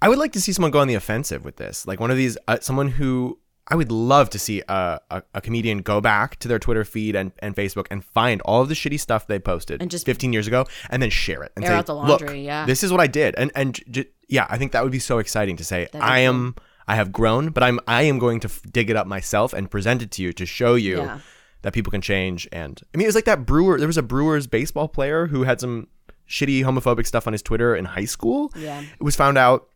Speaker 2: I would like to see someone go on the offensive with this. Like one of these, uh, someone who I would love to see a, a, a comedian go back to their Twitter feed and, and Facebook and find all of the shitty stuff they posted
Speaker 1: And just-
Speaker 2: 15 years ago and then share it and
Speaker 1: Air
Speaker 2: say,
Speaker 1: out the
Speaker 2: look,
Speaker 1: laundry, yeah."
Speaker 2: this is what I did. And, and j- j- yeah, I think that would be so exciting to say,
Speaker 1: That'd be
Speaker 2: I am, I have grown, but I'm, I am going to f- dig it up myself and present it to you to show you
Speaker 1: Yeah.
Speaker 2: that people can change. And I mean, it was like that Brewer, there was a Brewers baseball player who had some shitty homophobic stuff on his Twitter in high school.
Speaker 1: Yeah.
Speaker 2: It was found out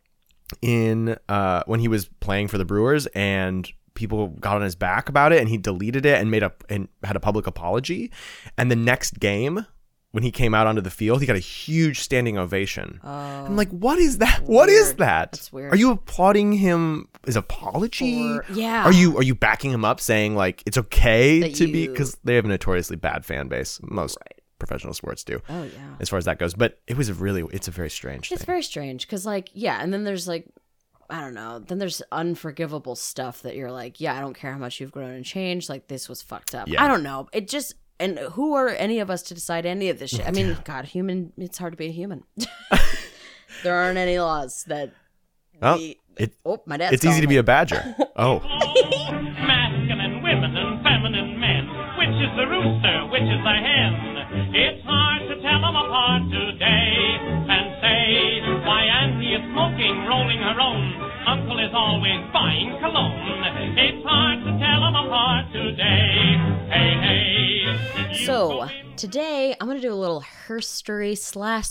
Speaker 2: in uh, when he was playing for the Brewers and people got on his back about it and he deleted it and made up and had a public apology. And the next game, when he came out onto the field, he got a huge standing ovation. I'm like, what is that? What is
Speaker 1: Oh. Weird.
Speaker 2: that?
Speaker 1: That's weird.
Speaker 2: Are you applauding him his apology?
Speaker 1: Or- yeah.
Speaker 2: Are you are you backing him up saying like it's okay
Speaker 1: That
Speaker 2: to be
Speaker 1: you-
Speaker 2: because they have a notoriously bad fan base. Most professional sports do.
Speaker 1: Oh yeah.
Speaker 2: As far as that goes, but it was a really it's a very strange
Speaker 1: It's
Speaker 2: thing.
Speaker 1: very strange because, like, yeah, and then there's like, I don't know, then there's unforgivable stuff that you're like, yeah, I don't care how much you've grown and changed. Like, this was fucked up.
Speaker 2: Yeah.
Speaker 1: I don't know. It just, and who are any of us to decide any of this shit? I mean, God, human, it's hard to be a human. there aren't any laws that.
Speaker 2: Oh,
Speaker 1: we-
Speaker 2: it-
Speaker 1: oh, my dad's
Speaker 2: it's easy to
Speaker 1: calling
Speaker 2: be
Speaker 1: me.
Speaker 2: a badger. Oh,
Speaker 3: Masculine women and feminine men. Which is the rooster? Which is the hen? It's hard to tell them apart today. And say, why Auntie is smoking, rolling her own. Uncle is always buying cologne. It's hard to tell them apart today. Hey, hey. you
Speaker 1: So, today I'm going to do a little herstory slash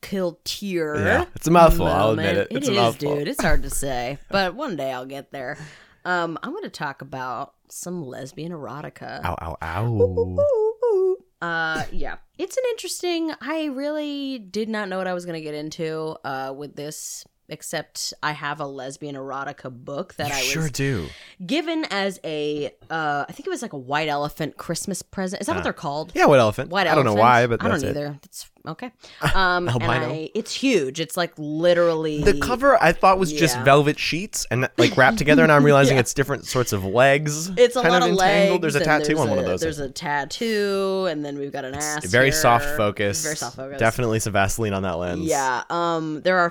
Speaker 1: kill tier.
Speaker 2: Yeah, it's a mouthful, I'll admit
Speaker 1: moment.
Speaker 2: it. It's a
Speaker 1: is,
Speaker 2: mouthful.
Speaker 1: dude. It's hard to say, but one day I'll get there. Um, I'm going to talk about some lesbian erotica.
Speaker 2: ow, ow, ow.
Speaker 1: Uh, yeah, it's an interesting. I really did not know what I was gonna get into uh with this, except I have a lesbian erotica book that
Speaker 2: you
Speaker 1: I was
Speaker 2: sure do.
Speaker 1: given as a uh, I think it was like a white elephant Christmas present. Is that what they're called?
Speaker 2: Yeah, what elephant?
Speaker 1: White
Speaker 2: I don't know
Speaker 1: elephant?
Speaker 2: why, but
Speaker 1: I don't
Speaker 2: that's it. Oh,
Speaker 1: either. It's okay. Um, and
Speaker 2: Albino.
Speaker 1: I, it's huge. It's like literally
Speaker 2: The cover I thought was just
Speaker 1: Yeah.
Speaker 2: velvet sheets and like wrapped together, and I'm realizing it's different sorts of legs.
Speaker 1: It's a
Speaker 2: kind
Speaker 1: lot
Speaker 2: of
Speaker 1: of legs.
Speaker 2: entangled. There's a
Speaker 1: and
Speaker 2: tattoo
Speaker 1: there's
Speaker 2: on one
Speaker 1: a-
Speaker 2: of those.
Speaker 1: There's a tattoo, and then we've got an ass.
Speaker 2: very soft
Speaker 1: here.
Speaker 2: focus.
Speaker 1: Very soft focus.
Speaker 2: Definitely some Vaseline on that lens.
Speaker 1: Yeah. Um. There are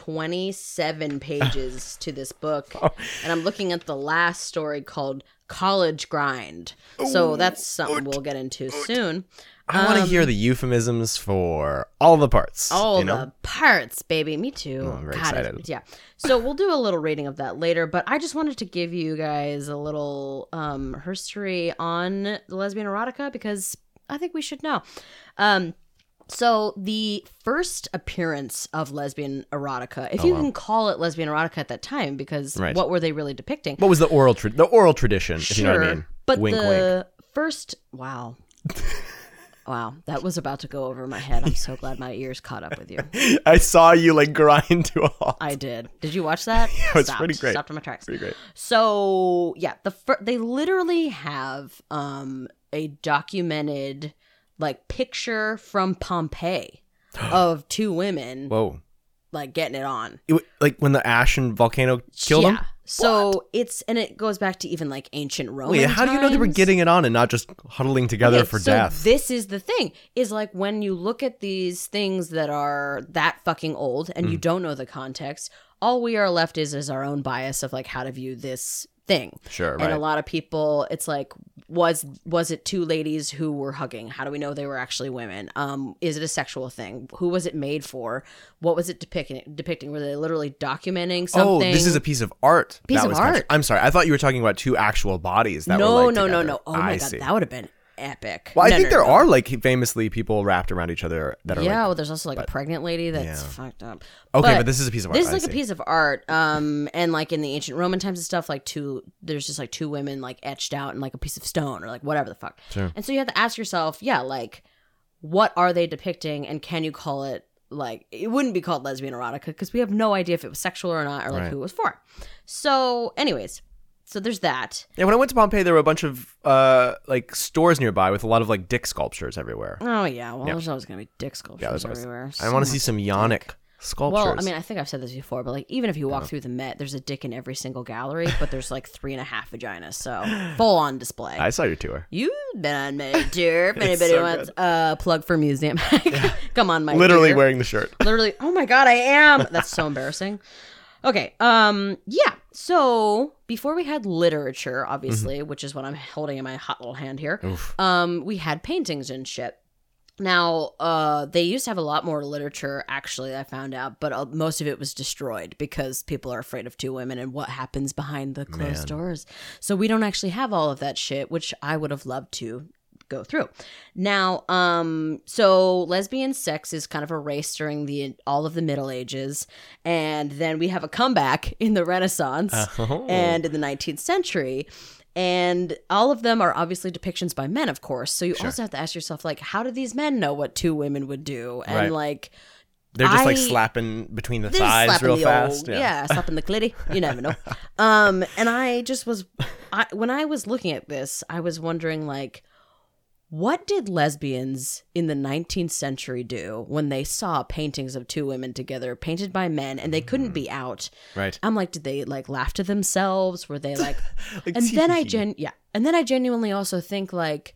Speaker 1: 527 pages to this book,
Speaker 2: Oh.
Speaker 1: and I'm looking at the last story called "College Grind."
Speaker 2: Oh,
Speaker 1: So that's something we'll get into soon.
Speaker 2: I want to hear the euphemisms for all the parts.
Speaker 1: um, All
Speaker 2: you know? Oh,
Speaker 1: the parts, baby. Me too.
Speaker 2: I'm very
Speaker 1: God, it-
Speaker 2: excited.
Speaker 1: Yeah. So we'll do a little rating of that later, but I just wanted to give you guys a little um history on the lesbian erotica because I think we should know. Um so the first appearance of lesbian erotica, if you can call it lesbian erotica at that time, because
Speaker 2: Oh, Right.
Speaker 1: what were they really depicting?
Speaker 2: What was the oral tra- the oral tradition? If you know what I
Speaker 1: Sure,
Speaker 2: mean.
Speaker 1: But
Speaker 2: wink, wink.
Speaker 1: the first, wow. Wow, that was about to go over my head. I'm so glad my ears caught up with you.
Speaker 2: I saw you like grind to a halt.
Speaker 1: I did. Did you watch that? yeah,
Speaker 2: was pretty great.
Speaker 1: Stopped on my tracks.
Speaker 2: Pretty great.
Speaker 1: So yeah, the fir- they literally have um a documented like picture from Pompeii of two women
Speaker 2: Whoa.
Speaker 1: like getting it on.
Speaker 2: It wa- like when the ash and volcano killed them.
Speaker 1: So it's and it goes back to even like ancient Roman.
Speaker 2: Wait, how do you know they were
Speaker 1: times.
Speaker 2: getting it on and not just huddling together
Speaker 1: Okay,
Speaker 2: for
Speaker 1: so
Speaker 2: death?
Speaker 1: This is the thing is like when you look at these things that are that fucking old and
Speaker 2: Mm.
Speaker 1: you don't know the context, all we are left is is our own bias of like how to view this thing.
Speaker 2: Sure,
Speaker 1: And
Speaker 2: right.
Speaker 1: a lot of people it's like was was it two ladies who were hugging? How do we know they were actually women? Um is it a sexual thing? Who was it made for? What was it depicting depicting? Were they literally documenting
Speaker 2: Oh,
Speaker 1: something?
Speaker 2: this is a piece of art.
Speaker 1: Piece
Speaker 2: that
Speaker 1: of
Speaker 2: was captured.
Speaker 1: art.
Speaker 2: I'm sorry. I thought you were talking about two actual bodies that
Speaker 1: No,
Speaker 2: were like
Speaker 1: no, no,
Speaker 2: together.
Speaker 1: no. Oh my
Speaker 2: I
Speaker 1: god,
Speaker 2: see.
Speaker 1: that would have been epic.
Speaker 2: Well, I
Speaker 1: No,
Speaker 2: think
Speaker 1: no,
Speaker 2: there
Speaker 1: no.
Speaker 2: are like famously people wrapped around each other that are
Speaker 1: yeah,
Speaker 2: like
Speaker 1: well, there's also like a pregnant lady that's
Speaker 2: Yeah.
Speaker 1: fucked up.
Speaker 2: Okay, but this is a piece of art.
Speaker 1: This is
Speaker 2: I
Speaker 1: like
Speaker 2: see.
Speaker 1: a piece of art, um, and like in the ancient Roman times and stuff, like two, there's just like two women like etched out in like a piece of stone or like whatever the fuck.
Speaker 2: Sure.
Speaker 1: And so you have to ask yourself, yeah, like what are they depicting, and can you call it like it wouldn't be called lesbian erotica because we have no idea if it was sexual or not or like
Speaker 2: Right.
Speaker 1: who it was for. So, anyways, so there's that.
Speaker 2: Yeah, when I went to Pompeii, there were a bunch of uh, like stores nearby with a lot of like dick sculptures everywhere.
Speaker 1: Oh yeah, well, there's always gonna be dick sculptures
Speaker 2: there's always-
Speaker 1: everywhere.
Speaker 2: I
Speaker 1: So
Speaker 2: want to see some Yannick sculptures.
Speaker 1: Well, I mean, I think I've said this before, but like, even if you walk through the Met, there's a dick in every single gallery, but there's like three and a half vaginas, so full on display.
Speaker 2: I saw your tour.
Speaker 1: You've been on my tour. If anybody
Speaker 2: so
Speaker 1: wants a plug for museum, come on, my
Speaker 2: Literally
Speaker 1: dear.
Speaker 2: wearing the shirt.
Speaker 1: literally. Oh my god, I am. That's so embarrassing. Okay. Um. Yeah. So before we had literature, obviously,
Speaker 2: Mm-hmm.
Speaker 1: which is what I'm holding in my hot little hand here. Um. We had paintings and shit. Now, uh, they used to have a lot more literature, actually, I found out, but uh, most of it was destroyed because people are afraid of two women and what happens behind the closed doors. So we don't actually have all of that shit, which I would have loved to go through. Now, um, so lesbian sex is kind of erased during the all of the Middle Ages, and then we have a comeback in the Renaissance
Speaker 2: Oh.
Speaker 1: and in the 19th century. And all of them are obviously depictions by men, of course. So you also have to ask yourself, like, how do these men know what two women would do? And
Speaker 2: Right.
Speaker 1: like,
Speaker 2: They're just like
Speaker 1: I-
Speaker 2: slapping between the
Speaker 1: they're just
Speaker 2: thighs
Speaker 1: slapping
Speaker 2: real
Speaker 1: the
Speaker 2: fast.
Speaker 1: Old, yeah. slapping the clitty. You never know. Um, and I just was, I, when I was looking at this, I was wondering like, what did lesbians in the 19th century do when they saw paintings of two women together, painted by men, and they couldn't
Speaker 2: Mm.
Speaker 1: be out?
Speaker 2: Right.
Speaker 1: I'm like, did they like laugh to themselves? Were they like, and then I gen yeah, and then I genuinely also think like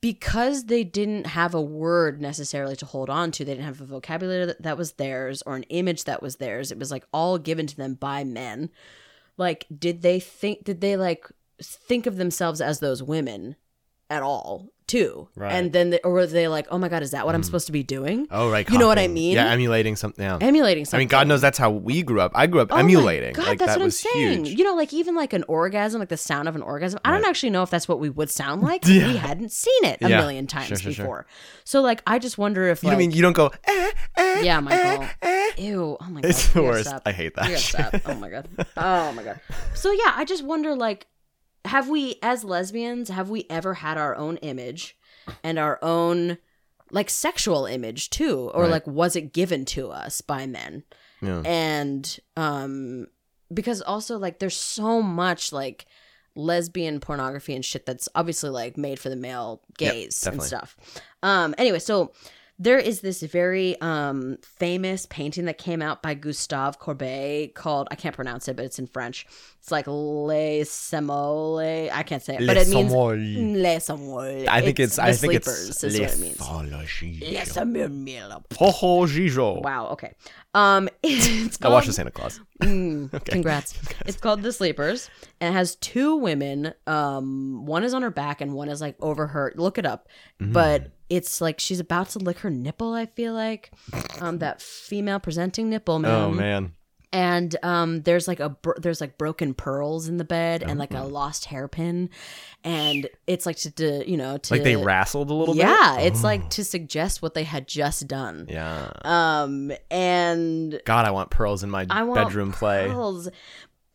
Speaker 1: because they didn't have a word necessarily to hold on to, they didn't have a vocabulary that, that was theirs or an image that was theirs. It was like all given to them by men. Like, did they think? Did they like think of themselves as those women at all too?
Speaker 2: Right. Mm.
Speaker 1: And then, they, or were they like, oh my god, is that what I'm supposed to be doing?
Speaker 2: Oh, right.
Speaker 1: You know what I
Speaker 2: copying.
Speaker 1: mean?
Speaker 2: Yeah, emulating something. Yeah.
Speaker 1: Emulating
Speaker 2: I
Speaker 1: something.
Speaker 2: mean, God knows that's how we grew up. I grew up
Speaker 1: Oh my
Speaker 2: emulating.
Speaker 1: God,
Speaker 2: like
Speaker 1: that's
Speaker 2: that
Speaker 1: what
Speaker 2: was
Speaker 1: I'm saying.
Speaker 2: huge.
Speaker 1: You know, like even like an orgasm, like the sound of an orgasm. I don't
Speaker 2: Right.
Speaker 1: actually know if that's what we would sound like.
Speaker 2: Yeah.
Speaker 1: We hadn't seen it a
Speaker 2: Yeah.
Speaker 1: million times
Speaker 2: Sure, sure, sure.
Speaker 1: before. So like, I just wonder if
Speaker 2: You
Speaker 1: like,
Speaker 2: know what I mean? You don't go, eh, eh,
Speaker 1: yeah,
Speaker 2: eh,
Speaker 1: Michael.
Speaker 2: eh.
Speaker 1: Ew. Oh my god.
Speaker 2: It's the
Speaker 1: we gotta
Speaker 2: worst.
Speaker 1: stop.
Speaker 2: I hate
Speaker 1: We
Speaker 2: that.
Speaker 1: gotta
Speaker 2: shit.
Speaker 1: stop. Oh my god. Oh my god. So yeah, I just wonder like, have we as lesbians have we ever had our own image and our own like sexual image too, or
Speaker 2: Right.
Speaker 1: like was it given to us by men?
Speaker 2: Yeah.
Speaker 1: and um because also like there's so much like lesbian pornography and shit that's obviously like made for the male
Speaker 2: Yep,
Speaker 1: gaze and
Speaker 2: definitely.
Speaker 1: stuff um anyway so there is this very um famous painting that came out by Gustave Courbet called I can't pronounce it but it's in French it's like Les Semoles I can't say it but
Speaker 2: Les
Speaker 1: it means
Speaker 2: Sommeliers.
Speaker 1: Les Semoles
Speaker 2: I think it's.
Speaker 1: the
Speaker 2: I think
Speaker 1: sleepers
Speaker 2: it's.
Speaker 1: is what
Speaker 2: Les
Speaker 1: it means
Speaker 2: Sommeliers.
Speaker 1: Les Semoles
Speaker 2: Ho ho Gijo.
Speaker 1: wow okay um it's
Speaker 2: I
Speaker 1: called
Speaker 2: watched the Santa Claus.
Speaker 1: Mm, Congrats. It's called The Sleepers and it has two women. Um, one is on her back and one is like over her. Look it up.
Speaker 2: Mm.
Speaker 1: But it's like she's about to lick her nipple, I feel like. Um, that female presenting nipple, man.
Speaker 2: Oh man.
Speaker 1: And um, there's like a bro- there's like broken pearls in the bed and like a
Speaker 2: Uh-huh.
Speaker 1: lost hairpin, and it's like to, to you know to
Speaker 2: Like they wrestled a little bit. Oh.
Speaker 1: yeah it's like to suggest what they had just done
Speaker 2: Yeah.
Speaker 1: um and
Speaker 2: God, I want pearls in my
Speaker 1: I want
Speaker 2: bedroom play.
Speaker 1: pearls.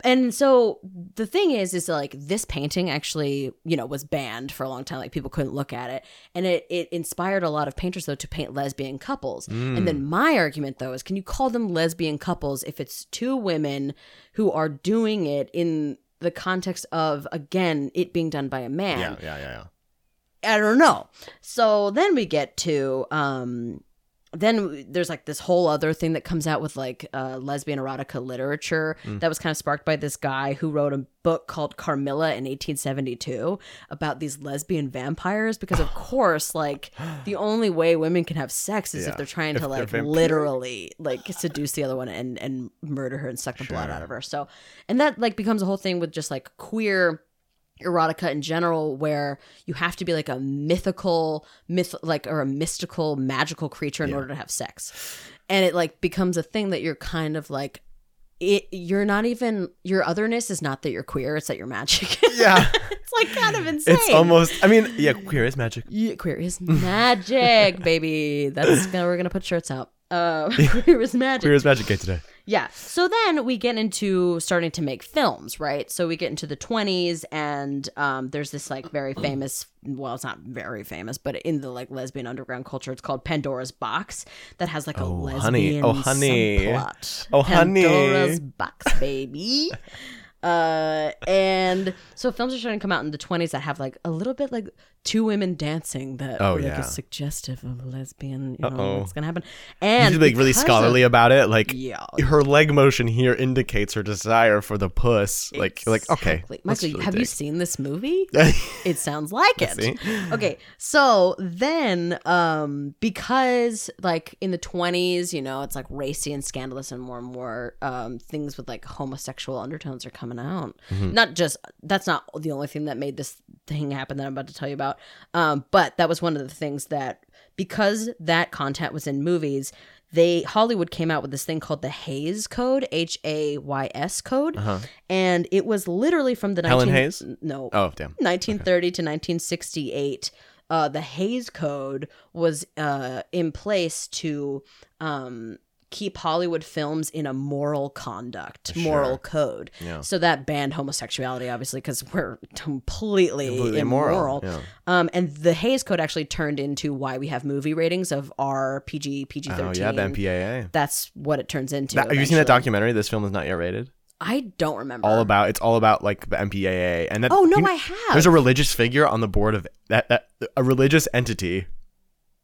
Speaker 1: And so the thing is, is like this painting actually, you know, was banned for a long time. Like people couldn't look at it, and it, it inspired a lot of painters though to paint lesbian couples.
Speaker 2: Hmm.
Speaker 1: And then my argument though is, can you call them lesbian couples if it's two women who are doing it in the context of again it being done by a man?
Speaker 2: Yeah, yeah, yeah, yeah.
Speaker 1: I don't know. So then we get to um then there's like this whole other thing that comes out with like uh, lesbian erotica literature
Speaker 2: Mm.
Speaker 1: that was kind of sparked by this guy who wrote a book called Carmilla in 1872 about these lesbian vampires because of course like the only way women can have sex is
Speaker 2: Yeah.
Speaker 1: if they're trying to
Speaker 2: If they're
Speaker 1: like
Speaker 2: vampiric.
Speaker 1: literally like seduce the other one and and murder her and suck the blood
Speaker 2: Sure.
Speaker 1: out of her. So and that like becomes a whole thing with just like queer erotica in general where you have to be like a mythical myth like or a mystical magical creature in
Speaker 2: Yeah.
Speaker 1: order to have sex and it like becomes a thing that you're kind of like it you're not even your otherness is not that you're queer it's that you're magic
Speaker 2: Yeah.
Speaker 1: it's like kind of insane
Speaker 2: it's almost I mean, yeah, queer is magic.
Speaker 1: yeah, queer is magic baby that's gonna, we're gonna put shirts out uh queer is magic
Speaker 2: Queer is magic gay today.
Speaker 1: yeah. So then we get into starting to make films, right? So we get into the 20s, and um, there's this like very famous, well, it's not very famous, but in the like lesbian underground culture, it's called Pandora's Box that has like a
Speaker 2: Oh, honey.
Speaker 1: lesbian
Speaker 2: Oh, honey.
Speaker 1: subplot.
Speaker 2: Oh, honey.
Speaker 1: Pandora's Box, baby. Uh, and so films are starting to come out in the 20s that have like a little bit like two women dancing that
Speaker 2: Oh,
Speaker 1: were, like,
Speaker 2: yeah.
Speaker 1: is suggestive of lesbian, you know,
Speaker 2: Uh-oh.
Speaker 1: what's gonna happen.
Speaker 2: You
Speaker 1: And
Speaker 2: should be like really
Speaker 1: because of-
Speaker 2: scholarly about it. Like
Speaker 1: yeah,
Speaker 2: her leg motion here indicates her desire for the puss. Like you're like, okay.
Speaker 1: Exactly.
Speaker 2: let's
Speaker 1: Michael,
Speaker 2: really
Speaker 1: have you
Speaker 2: dig.
Speaker 1: seen this movie?
Speaker 2: yeah,
Speaker 1: It sounds like it.
Speaker 2: see?
Speaker 1: Okay, so then, um, because like in the twenties, you know, it's like racy and scandalous, and more and more um, things with like homosexual undertones are coming out. Not just that's not the only thing that made this thing happen that I'm about to tell you about, um, but that was one of the things that because that content was in movies. They Hollywood came out with this thing called the Hayes Code, H A Y S Code, and it was literally from the
Speaker 2: Helen
Speaker 1: 19
Speaker 2: Hayes?
Speaker 1: No,
Speaker 2: Oh damn.
Speaker 1: 1930 to 1968 uh, the Hayes Code was uh, in place to um, keep Hollywood films in a moral conduct, moral
Speaker 2: Sure.
Speaker 1: code.
Speaker 2: Yeah.
Speaker 1: So that banned homosexuality, obviously, because we're completely,
Speaker 2: Completely
Speaker 1: immoral.
Speaker 2: immoral, yeah.
Speaker 1: Um, and the Hayes Code actually turned into why we have movie ratings of R, PG, PG
Speaker 2: Oh,
Speaker 1: thirteen.
Speaker 2: yeah, the MPAA.
Speaker 1: That's what it turns into.
Speaker 2: That, have you seen that
Speaker 1: eventually.
Speaker 2: documentary? This film is not yet rated.
Speaker 1: I don't remember.
Speaker 2: All about it's all about like the MPAA and that.
Speaker 1: Oh no,
Speaker 2: you-
Speaker 1: I have.
Speaker 2: There's a religious figure on the board of that, that a religious entity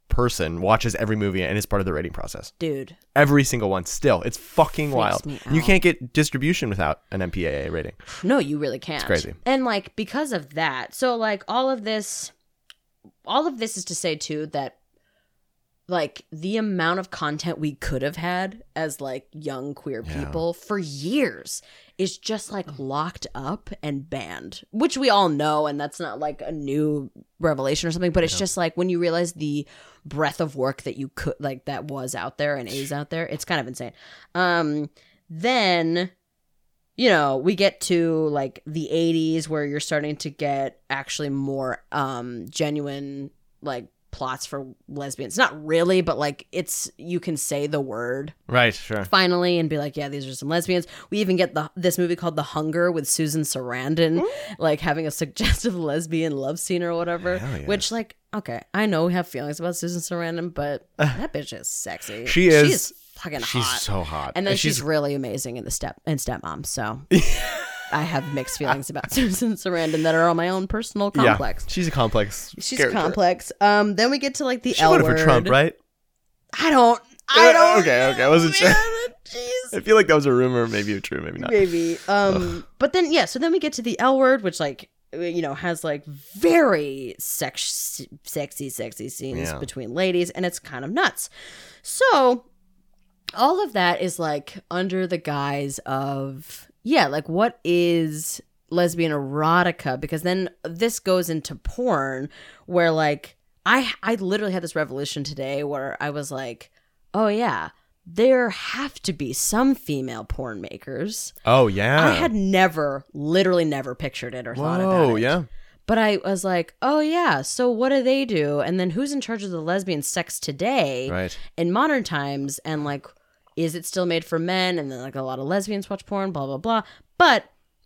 Speaker 2: person watches every movie and is part of the rating process.
Speaker 1: dude.
Speaker 2: Every single one still. It's fucking wild.
Speaker 1: me
Speaker 2: You
Speaker 1: out.
Speaker 2: can't get distribution without an MPAA rating.
Speaker 1: No, you really can't.
Speaker 2: crazy.
Speaker 1: And like because of that, so like all of this, all of this is to say too that like the amount of content we could have had as like young queer
Speaker 2: Yeah.
Speaker 1: people for years is just like locked up and banned which we all know and that's not like a new revelation or something but it's just like when you realize the breadth of work that you could like that was out there and is out there it's kind of insane um then you know we get to like the 80s where you're starting to get actually more um genuine like plots for lesbians not really but like it's you can say the word
Speaker 2: Right, sure.
Speaker 1: finally and be like yeah these are some lesbians we even get the this movie called the hunger with susan sarandon like having a suggestive lesbian love scene or whatever
Speaker 2: Hell yeah.
Speaker 1: which like okay i know we have feelings about susan sarandon but that bitch is sexy
Speaker 2: She is-
Speaker 1: she's fucking
Speaker 2: She's
Speaker 1: hot
Speaker 2: so hot.
Speaker 1: and then she's, really amazing in the step and stepmom. So I have mixed feelings about Susan Sarandon that are on my own personal complex.
Speaker 2: Yeah, she's a complex.
Speaker 1: She's
Speaker 2: character.
Speaker 1: complex. Um, then we get to like the
Speaker 2: She
Speaker 1: L
Speaker 2: voted
Speaker 1: word.
Speaker 2: for Trump, right?
Speaker 1: I don't. I
Speaker 2: Uh,
Speaker 1: don't.
Speaker 2: okay, okay, I wasn't
Speaker 1: know,
Speaker 2: sure.
Speaker 1: man. Jeez.
Speaker 2: I feel like that was a rumor, maybe true, maybe not.
Speaker 1: Maybe. Um, but then yeah. So then we get to the L word, which like you know has like very sex, sexy, sexy scenes
Speaker 2: Yeah.
Speaker 1: between ladies, and it's kind of nuts. So all of that is like under the guise of yeah, like what is lesbian erotica? Because then this goes into porn, where like I I literally had this revelation today where I was like, oh yeah. There have to be some female porn makers.
Speaker 2: Oh yeah.
Speaker 1: I had never, literally never pictured it or thought about
Speaker 2: Whoa,
Speaker 1: it.
Speaker 2: yeah.
Speaker 1: But I was like, oh yeah, so what do they do? And then who's in charge of the lesbian sex today
Speaker 2: Right.
Speaker 1: in modern times? And like, is it still made for men? And then like a lot of lesbians watch porn, blah, blah, blah. But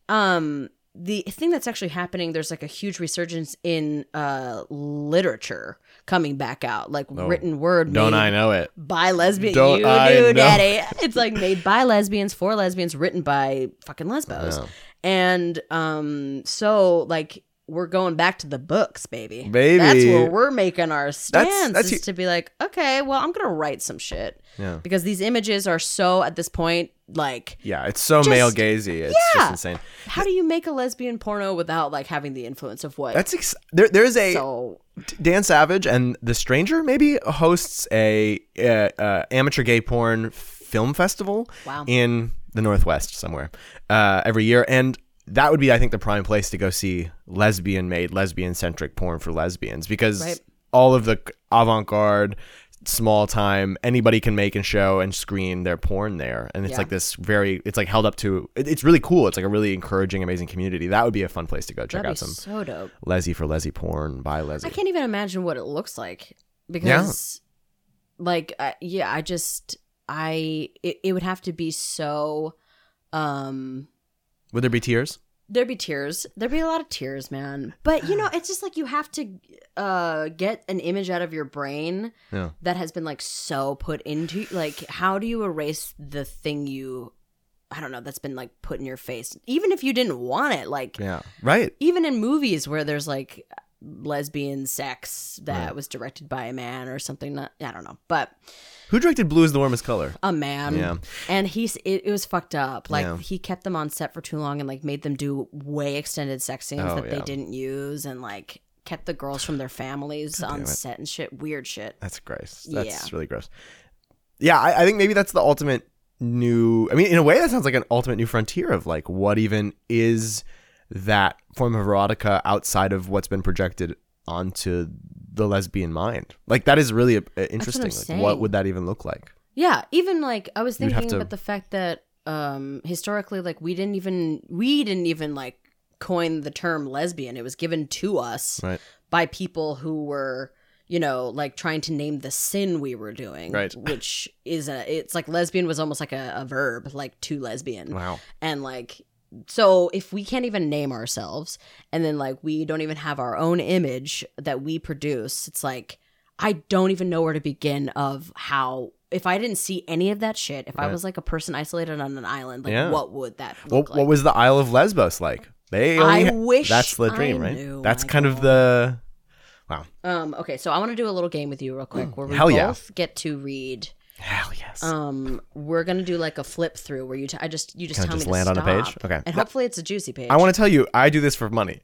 Speaker 1: um the thing that's actually happening, there's like a huge resurgence in uh literature coming back out, like written word.
Speaker 2: Oh. Don't
Speaker 1: made
Speaker 2: I know it?
Speaker 1: by lesbian.
Speaker 2: Don't
Speaker 1: you
Speaker 2: I
Speaker 1: knew,
Speaker 2: know.
Speaker 1: Daddy. It's like made by lesbians for lesbians, written by fucking lesbos.
Speaker 2: Yeah.
Speaker 1: And um, so like we're going back to the books, baby.
Speaker 2: Baby.
Speaker 1: that's where we're making our stance.
Speaker 2: that's
Speaker 1: is to
Speaker 2: hu-
Speaker 1: be like, okay, well, I'm gonna write some shit
Speaker 2: Yeah.
Speaker 1: because these images are so at this point like.
Speaker 2: Yeah, it's so male gazy. It's
Speaker 1: yeah.
Speaker 2: just insane.
Speaker 1: How do you make a lesbian porno without like having the influence of what? Oh,
Speaker 2: That's ex- there. There's a
Speaker 1: so
Speaker 2: Dan Savage and The Stranger maybe hosts a uh, uh, amateur gay porn film festival
Speaker 1: Wow.
Speaker 2: in the Northwest somewhere uh, every year, and that would be I think the prime place to go see lesbian made, lesbian centric porn for lesbians because
Speaker 1: Right.
Speaker 2: all of the avant garde. Small time, anybody can make and show and screen their porn there, and it's
Speaker 1: Yeah.
Speaker 2: like this very. It's like held up to. it- It's really cool. It's like a really encouraging, amazing community. That would be a fun place to go check
Speaker 1: that'd be
Speaker 2: out some
Speaker 1: so dope.
Speaker 2: Leslie for Leslie porn by Leslie.
Speaker 1: I can't even imagine what it looks like because, like, I yeah, I just I it, it would have to be so. um
Speaker 2: Would there be tears?
Speaker 1: There'd be tears. There'd be a lot of tears, man. But you know, it's just like you have to uh get an image out of your brain
Speaker 2: Yeah.
Speaker 1: that has been like so put into like how do you erase the thing you I don't know that's been like put in your face even if you didn't want it like
Speaker 2: Yeah. Right.
Speaker 1: even in movies where there's like lesbian sex that
Speaker 2: Right.
Speaker 1: was directed by a man or something not, i don't know but
Speaker 2: Who directed Blue is the Warmest Color?
Speaker 1: a man
Speaker 2: Yeah.
Speaker 1: and he's it, it was fucked up like
Speaker 2: Yeah.
Speaker 1: he kept them on set for too long and like made them do way extended sex scenes
Speaker 2: Oh,
Speaker 1: that they
Speaker 2: yeah.
Speaker 1: didn't use and like kept the girls from their families on
Speaker 2: it.
Speaker 1: set and shit weird shit
Speaker 2: That's gross.
Speaker 1: Yeah.
Speaker 2: That's really gross. Yeah, I, I think maybe that's the ultimate new. I mean, in a way, that sounds like an ultimate new frontier of like what even is that form of erotica outside of what's been projected onto the lesbian mind. Like that is really uh, interesting.
Speaker 1: saying.
Speaker 2: like, what would that even look like?
Speaker 1: Yeah, even like I was
Speaker 2: You'd have
Speaker 1: thinking
Speaker 2: to-
Speaker 1: about the fact that um historically like we didn't even we didn't even like coin the term lesbian. It was given to us
Speaker 2: Right.
Speaker 1: by people who were you know like trying to name the sin we were doing
Speaker 2: Right.
Speaker 1: which is a it's like lesbian was almost like a, a verb like to lesbian
Speaker 2: Wow.
Speaker 1: and like so if we can't even name ourselves and then like we don't even have our own image that we produce it's like i don't even know where to begin of how if i didn't see any of that shit if i
Speaker 2: Right.
Speaker 1: was like a person isolated on an island like
Speaker 2: Yeah.
Speaker 1: what would that
Speaker 2: What,
Speaker 1: look like
Speaker 2: what was the Isle of Lesbos like? They only
Speaker 1: i wish
Speaker 2: that's the
Speaker 1: I
Speaker 2: dream, right?
Speaker 1: knew,
Speaker 2: that's
Speaker 1: my
Speaker 2: kind of
Speaker 1: God.
Speaker 2: the
Speaker 1: um okay so i want to do a little game with you real quick where we
Speaker 2: Hell
Speaker 1: both
Speaker 2: yeah.
Speaker 1: get to read
Speaker 2: hell yes.
Speaker 1: um we're gonna do like a flip through where you t- i just you just
Speaker 2: Can I
Speaker 1: tell
Speaker 2: just
Speaker 1: me
Speaker 2: land
Speaker 1: to
Speaker 2: on a
Speaker 1: stop.
Speaker 2: page? Okay.
Speaker 1: and
Speaker 2: No.
Speaker 1: hopefully it's a juicy page
Speaker 2: I want to tell you, I do this for money.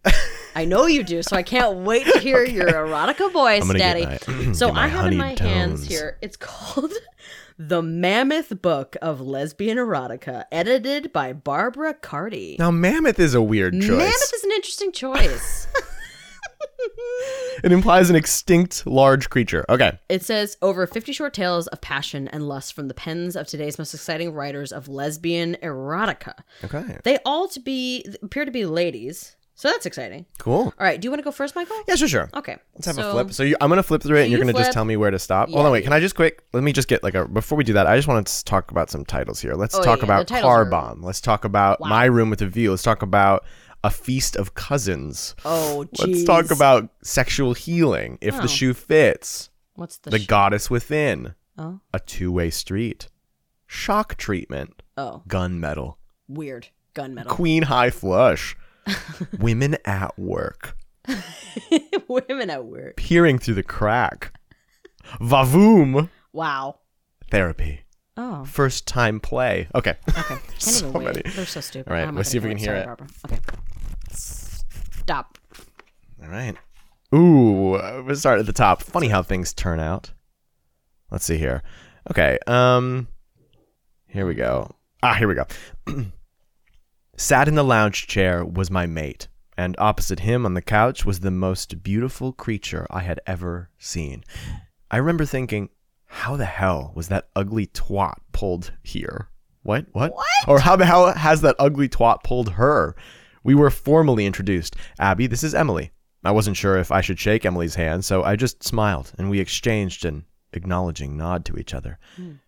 Speaker 1: I know you do, so I can't wait to hear your erotica voice,
Speaker 2: gonna get
Speaker 1: Daddy.
Speaker 2: my-
Speaker 1: so
Speaker 2: get my
Speaker 1: I have in my
Speaker 2: honeyed
Speaker 1: hands
Speaker 2: tones.
Speaker 1: here. It's called "The Mammoth Book of Lesbian Erotica," edited by Barbara Cardy.
Speaker 2: now, mammoth is a weird choice.
Speaker 1: Mammoth is an interesting choice.
Speaker 2: It implies an extinct large creature. Okay.
Speaker 1: it says over 50 short tales of passion and lust from the pens of today's most exciting writers of lesbian erotica.
Speaker 2: Okay.
Speaker 1: They all to be appear to be ladies, so that's exciting.
Speaker 2: Cool.
Speaker 1: All right, do you want to go first, Michael?
Speaker 2: Yeah, sure, sure.
Speaker 1: Okay.
Speaker 2: Let's have
Speaker 1: so-
Speaker 2: a flip. So you, I'm gonna flip through it, and
Speaker 1: you
Speaker 2: you're gonna
Speaker 1: flip.
Speaker 2: just tell me where to stop. Hold on, wait. Can I just quick? Let me just get like a before we do that. I just want to talk about some titles here. Let's
Speaker 1: Oh,
Speaker 2: talk
Speaker 1: yeah, the
Speaker 2: about
Speaker 1: titles
Speaker 2: car
Speaker 1: are-
Speaker 2: bomb. Let's talk about my room with a view. Let's talk about a feast of cousins.
Speaker 1: Oh,
Speaker 2: Let's
Speaker 1: jeez.
Speaker 2: talk about sexual healing. If the shoe fits,
Speaker 1: What's the,
Speaker 2: the
Speaker 1: sh-
Speaker 2: goddess within,
Speaker 1: Oh.
Speaker 2: a two-way street, shock treatment,
Speaker 1: Oh,
Speaker 2: gunmetal,
Speaker 1: weird. Gunmetal.
Speaker 2: queen high flush, women at work,
Speaker 1: Women at work.
Speaker 2: peering through the crack, vavoom,
Speaker 1: Wow.
Speaker 2: therapy.
Speaker 1: Oh.
Speaker 2: first time play. Okay.
Speaker 1: Okay. Can't
Speaker 2: So
Speaker 1: even wait.
Speaker 2: many.
Speaker 1: They're so stupid.
Speaker 2: All right,
Speaker 1: I'm not
Speaker 2: let's see if
Speaker 1: gonna
Speaker 2: we
Speaker 1: do
Speaker 2: can
Speaker 1: it. Sorry, Barbara. Okay. Stop.
Speaker 2: All right. Ooh, uh, we'll start at the top. Funny how things turn out. Let's see here. Okay. Um here we go. Ah, here we go. Sat in the lounge chair was my mate, and opposite him on the couch was the most beautiful creature I had ever seen. I remember thinking, how the hell was that ugly twat pulled here? What? What? what? Or how the hell has that ugly twat pulled her? We were formally introduced. Abby, this is Emily. I wasn't sure if I should shake Emily's hand, so I just smiled and we exchanged an acknowledging nod to each other.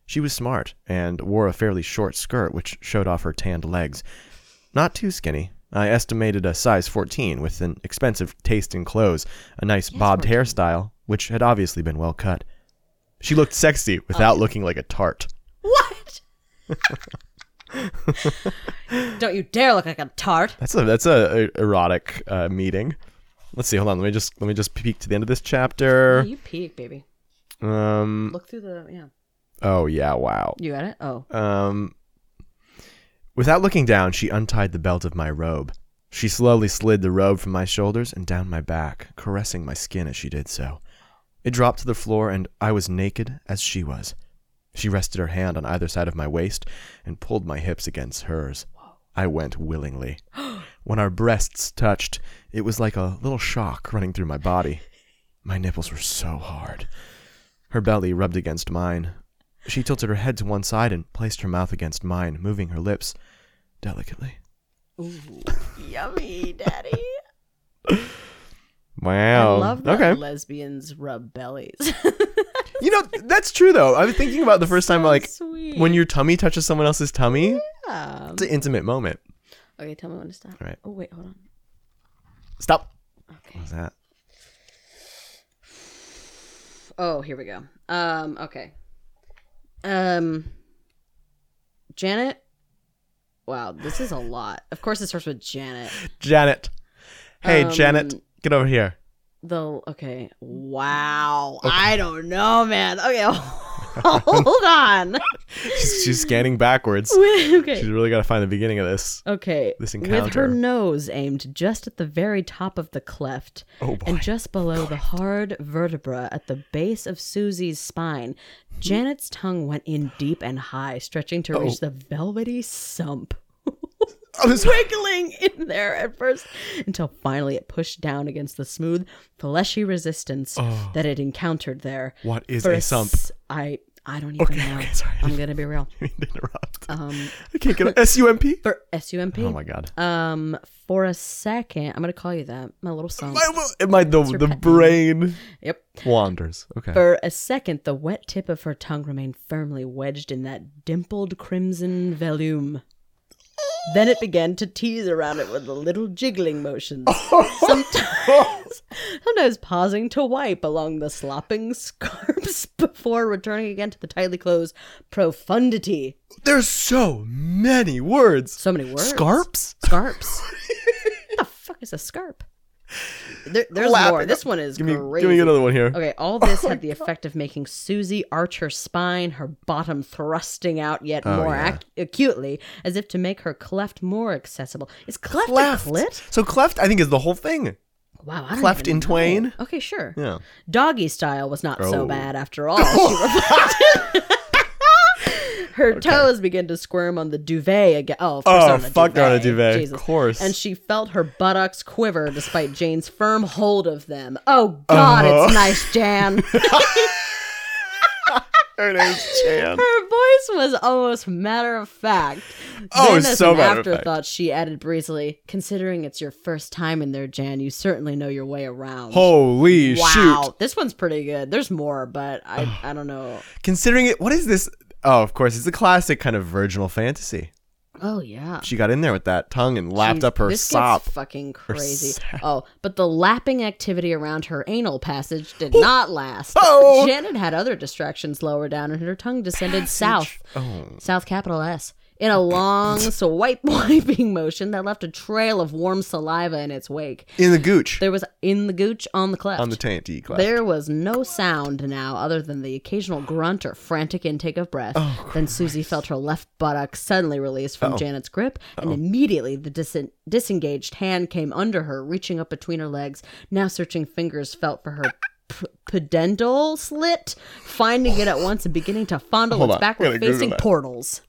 Speaker 2: She was smart and wore a fairly short skirt which showed off her tanned legs. Not too skinny. I estimated a size 14 with an expensive taste in clothes, a nice bobbed hairstyle, which had obviously been well cut. She looked sexy without looking like a tart.
Speaker 1: What? Don't you dare look like a tart.
Speaker 2: That's a that's a, a erotic uh, meeting. Let's see. Hold on. Let me just let me just peek to the end of this chapter.
Speaker 1: You peek, baby.
Speaker 2: Um.
Speaker 1: Look through the. Yeah.
Speaker 2: Oh yeah. Wow.
Speaker 1: You got it? Oh.
Speaker 2: Um, without looking down, she untied the belt of my robe. She slowly slid the robe from my shoulders and down my back, caressing my skin as she did so. It dropped to the floor, and I was naked as she was. She rested her hand on either side of my waist and pulled my hips against hers. I went willingly. When our breasts touched, it was like a little shock running through my body. My nipples were so hard. Her belly rubbed against mine. She tilted her head to one side and placed her mouth against mine, moving her lips delicately.
Speaker 1: Yummy, daddy.
Speaker 2: Wow.
Speaker 1: I love that
Speaker 2: Oh, Okay.
Speaker 1: lesbians rub bellies.
Speaker 2: You know, that's true though. I was thinking about the first time like
Speaker 1: Sweet.
Speaker 2: when your tummy touches someone else's tummy,
Speaker 1: Yeah.
Speaker 2: it's an intimate moment.
Speaker 1: Okay, tell me when to stop.
Speaker 2: All right.
Speaker 1: Oh, wait, hold on.
Speaker 2: Stop.
Speaker 1: Okay.
Speaker 2: What was that?
Speaker 1: Oh, here we go. Um, okay. Um, Janet. Wow, this is a lot. Of course, it starts with Janet.
Speaker 2: Janet. Hey
Speaker 1: Um,
Speaker 2: Janet, get over here.
Speaker 1: The okay. Wow, I don't know, man. Okay, hold on.
Speaker 2: She's, she's scanning backwards. She's
Speaker 1: okay.
Speaker 2: really got to find the beginning of this.
Speaker 1: Okay.
Speaker 2: This
Speaker 1: With her
Speaker 2: encounter.
Speaker 1: nose aimed just at the very top of the cleft,
Speaker 2: Oh boy.
Speaker 1: and just below the hard vertebra at the base of Susie's spine, Janet's tongue went in deep and high, stretching to reach the velvety sump.
Speaker 2: Oh, this-
Speaker 1: Wiggling in there at first until finally it pushed down against the smooth, fleshy resistance that it encountered there.
Speaker 2: What Oh. is
Speaker 1: For
Speaker 2: a sump?
Speaker 1: s- I I don't even
Speaker 2: Okay,
Speaker 1: know.
Speaker 2: okay, sorry.
Speaker 1: I'm gonna be real.
Speaker 2: I didn't mean to interrupt.
Speaker 1: Um,
Speaker 2: I can't get S U M P.
Speaker 1: for S U M P.
Speaker 2: Oh my god.
Speaker 1: Um, for a second, I'm gonna call you that. My little son.
Speaker 2: My, my the
Speaker 1: your
Speaker 2: the
Speaker 1: pet name.
Speaker 2: brain
Speaker 1: Yep.
Speaker 2: wanders. Okay.
Speaker 1: For a second, the wet tip of her tongue remained firmly wedged in that dimpled crimson vellum. Then it began to tease around it with little jiggling motions, sometimes, sometimes pausing to wipe along the slopping scarps before returning again to the tightly closed profundity.
Speaker 2: There's so many words.
Speaker 1: So many words.
Speaker 2: Scarps.
Speaker 1: Scarps. what the fuck is a scarp? There, there's
Speaker 2: Laugh
Speaker 1: more.
Speaker 2: it
Speaker 1: This
Speaker 2: up.
Speaker 1: one is
Speaker 2: Give me,
Speaker 1: crazy.
Speaker 2: give me another one Oh here.
Speaker 1: Okay, all this had the effect of making Susie arch her spine, her bottom thrusting out yet
Speaker 2: Oh,
Speaker 1: more ac- acutely, as if to make her cleft more accessible. Is cleft,
Speaker 2: Cleft.
Speaker 1: a clit?
Speaker 2: So cleft, I think, is the whole thing.
Speaker 1: Wow, I don't
Speaker 2: Cleft
Speaker 1: even
Speaker 2: in
Speaker 1: know.
Speaker 2: twain?
Speaker 1: Okay, sure.
Speaker 2: Yeah.
Speaker 1: Doggy style was not so
Speaker 2: Oh.
Speaker 1: bad after all. She reflected. her toes began to squirm on the duvet again. Oh, of course
Speaker 2: Oh,
Speaker 1: they're on the
Speaker 2: fuck,
Speaker 1: duvet.
Speaker 2: they're on a duvet.
Speaker 1: Jesus.
Speaker 2: Of course.
Speaker 1: And she felt her buttocks quiver despite Jane's firm hold of them. Oh God,
Speaker 2: Uh-huh.
Speaker 1: it's nice, Jan.
Speaker 2: There it is, Jan.
Speaker 1: Her voice was almost matter of fact.
Speaker 2: Oh,
Speaker 1: then, as
Speaker 2: so
Speaker 1: an
Speaker 2: matter of fact.
Speaker 1: afterthought, she added breezily, "Considering it's your first time in there, Jan, you certainly know your way around."
Speaker 2: Holy
Speaker 1: wow,
Speaker 2: shoot!
Speaker 1: this one's pretty good. There's more, but I, I don't know.
Speaker 2: Considering it, what is this? Oh, of course, it's a classic kind of virginal fantasy.
Speaker 1: Oh yeah.
Speaker 2: She got in there with that tongue and lapped
Speaker 1: Jeez,
Speaker 2: up her
Speaker 1: this
Speaker 2: sop.
Speaker 1: Gets fucking crazy.
Speaker 2: sap.
Speaker 1: Oh, but the lapping activity around her anal passage did not last.
Speaker 2: Oh.
Speaker 1: Janet had other distractions lower down, and her tongue descended south.
Speaker 2: Oh.
Speaker 1: South capital S. In a long swipe wiping motion that left a trail of warm saliva in its wake.
Speaker 2: in the gooch,
Speaker 1: There was in the gooch on the cleft.
Speaker 2: on the tanty class.
Speaker 1: There was no sound now other than the occasional grunt or frantic intake of breath.
Speaker 2: Oh,
Speaker 1: then Susie felt her left buttock suddenly released from Janet's grip,
Speaker 2: Oh.
Speaker 1: and immediately the disen- disengaged hand came under her, reaching up between her legs. Now searching fingers felt for her p- pedendal slit, finding it at once and beginning to fondle
Speaker 2: Hold
Speaker 1: its
Speaker 2: on, I gotta
Speaker 1: backward facing
Speaker 2: Google that.
Speaker 1: portals.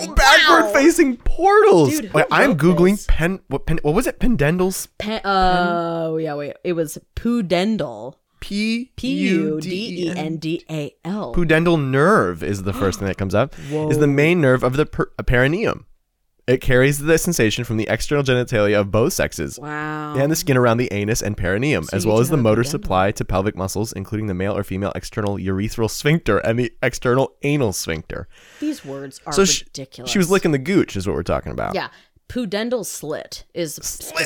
Speaker 2: Oh, Backward facing portals.
Speaker 1: Dude, who
Speaker 2: Wait, I'm
Speaker 1: wrote
Speaker 2: googling
Speaker 1: this?
Speaker 2: pen. What pen? What was it? Pendendals.
Speaker 1: Pe- oh, yeah, wait. It was pudendal.
Speaker 2: P E
Speaker 1: P U D E N D A L.
Speaker 2: Pudendal nerve is the first thing that comes up. Is the main nerve of the per- perineum. It carries the sensation from the external genitalia of both sexes
Speaker 1: Wow.
Speaker 2: and the skin around the anus and perineum, as
Speaker 1: you
Speaker 2: well
Speaker 1: do
Speaker 2: as the
Speaker 1: have a
Speaker 2: motor
Speaker 1: pudendal.
Speaker 2: supply to pelvic muscles, including the male or female external urethral sphincter and the external anal sphincter.
Speaker 1: These words are
Speaker 2: So she,
Speaker 1: ridiculous.
Speaker 2: she was licking the gooch, is what we're talking about.
Speaker 1: Yeah. Pudendal slit is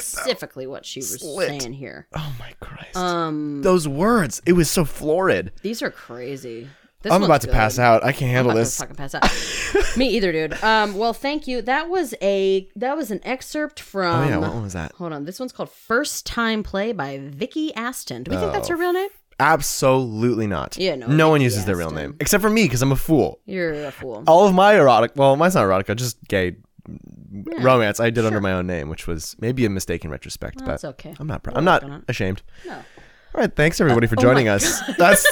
Speaker 1: specifically what she was
Speaker 2: Slit.
Speaker 1: saying here.
Speaker 2: Oh my Christ.
Speaker 1: Um,
Speaker 2: Those words. It was so florid.
Speaker 1: these are crazy. This
Speaker 2: I'm
Speaker 1: one's
Speaker 2: about to
Speaker 1: good.
Speaker 2: pass out. I can't
Speaker 1: I'm
Speaker 2: handle
Speaker 1: about to
Speaker 2: this.
Speaker 1: fucking pass out. Me either, dude. Um, well, thank you. That was a that was an excerpt
Speaker 2: Oh,
Speaker 1: from.
Speaker 2: yeah. What one was that?
Speaker 1: Hold on. This one's called "First Time Play" by Vicky Aston. Do we think that's
Speaker 2: Oh.
Speaker 1: her real name?
Speaker 2: Absolutely not.
Speaker 1: Yeah, no,
Speaker 2: No one
Speaker 1: Vicky
Speaker 2: uses their real
Speaker 1: Aston.
Speaker 2: name except for me because I'm a fool.
Speaker 1: You're a fool.
Speaker 2: all of my erotic well mine's not erotica just gay romance i did under my own name which was maybe a mistake in retrospect but
Speaker 1: it's okay.
Speaker 2: i'm not pr-
Speaker 1: We'll
Speaker 2: i'm
Speaker 1: work on
Speaker 2: not
Speaker 1: it.
Speaker 2: ashamed
Speaker 1: No. Oh
Speaker 2: all right thanks everybody for joining us that's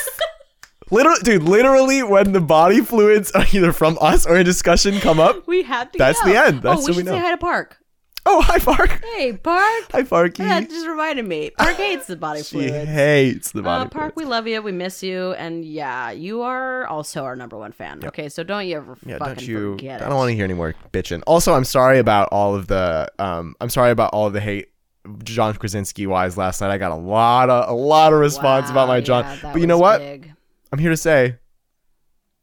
Speaker 2: literally dude literally when the body fluids are either from us or in discussion come up
Speaker 1: We had to.
Speaker 2: That's
Speaker 1: go.
Speaker 2: the end.
Speaker 1: oh,
Speaker 2: That's who
Speaker 1: we
Speaker 2: we
Speaker 1: should say
Speaker 2: know.
Speaker 1: hi to Park.
Speaker 2: oh hi fark
Speaker 1: Hey, Park.
Speaker 2: hi farky
Speaker 1: That just reminded me. Park hates the body
Speaker 2: she
Speaker 1: fluid.
Speaker 2: hates the body
Speaker 1: Uh, Park, we
Speaker 2: fluids.
Speaker 1: love you. We miss you. And yeah, you are also our number one fan. Okay, so don't you ever
Speaker 2: yeah,
Speaker 1: fucking
Speaker 2: don't you?
Speaker 1: forget it.
Speaker 2: I don't want to hear any more bitching. Also, I'm sorry about all of the. Um, I'm sorry about all of the hate, John Krasinski wise. Last night, I got a lot of a lot of response about my John. but you know what? I'm here to say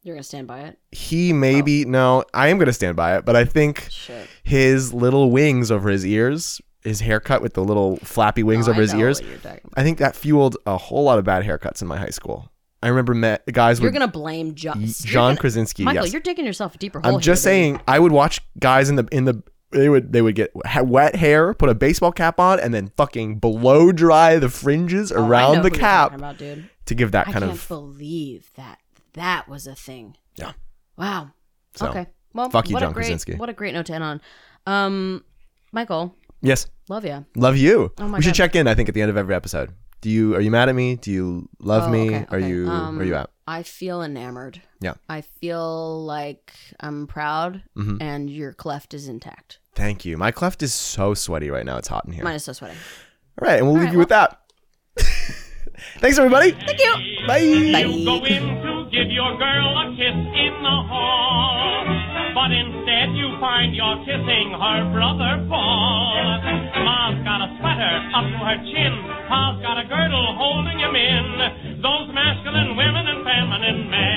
Speaker 1: You're going to stand by it?
Speaker 2: he maybe
Speaker 1: Oh.
Speaker 2: no. I am gonna stand by it, but I think
Speaker 1: Shit.
Speaker 2: his little wings over his ears, his haircut with the little flappy wings
Speaker 1: Oh,
Speaker 2: over
Speaker 1: I
Speaker 2: his
Speaker 1: know
Speaker 2: ears.
Speaker 1: what You're, talking about.
Speaker 2: I think that fueled a whole lot of bad haircuts in my high school. I remember met guys
Speaker 1: you're
Speaker 2: with
Speaker 1: going to blame John.
Speaker 2: John Krasinski.
Speaker 1: Michael,
Speaker 2: yes.
Speaker 1: you're digging yourself a deeper hole.
Speaker 2: I'm
Speaker 1: here,
Speaker 2: just
Speaker 1: baby.
Speaker 2: saying, I would watch guys in the in the they would they would get ha- wet hair, put a baseball cap on, and then fucking blow dry the fringes
Speaker 1: Oh, I know
Speaker 2: around
Speaker 1: who
Speaker 2: the
Speaker 1: you're talking
Speaker 2: cap
Speaker 1: about, dude.
Speaker 2: to give that
Speaker 1: I
Speaker 2: kind
Speaker 1: can't
Speaker 2: of
Speaker 1: believe that that was a thing.
Speaker 2: Yeah.
Speaker 1: Wow.
Speaker 2: So,
Speaker 1: okay. Well,
Speaker 2: fuck you,
Speaker 1: what
Speaker 2: John
Speaker 1: a great,
Speaker 2: Krasinski.
Speaker 1: What a great note to end on. Um, Michael,
Speaker 2: yes.
Speaker 1: love you.
Speaker 2: Love you.
Speaker 1: Oh my
Speaker 2: we should
Speaker 1: God.
Speaker 2: check in. I think at the end of every episode. Do you are you mad at me? Do you love
Speaker 1: Oh,
Speaker 2: me?
Speaker 1: okay,
Speaker 2: Are
Speaker 1: okay.
Speaker 2: you
Speaker 1: Um,
Speaker 2: are you out?
Speaker 1: I feel enamored.
Speaker 2: Yeah.
Speaker 1: I feel like I'm proud
Speaker 2: Mm-hmm.
Speaker 1: and your cleft is intact.
Speaker 2: Thank you. My cleft is so sweaty right now. It's hot in here.
Speaker 1: Mine is so sweaty.
Speaker 2: all right, and we'll leave you with that. Thanks, everybody. Thank you. Bye.
Speaker 3: You go into give your girl a kiss in the hall. But instead you find you're kissing her brother Paul. Ma's got a sweater up to her chin. Pa's got a girdle holding him in. Those masculine women and feminine men.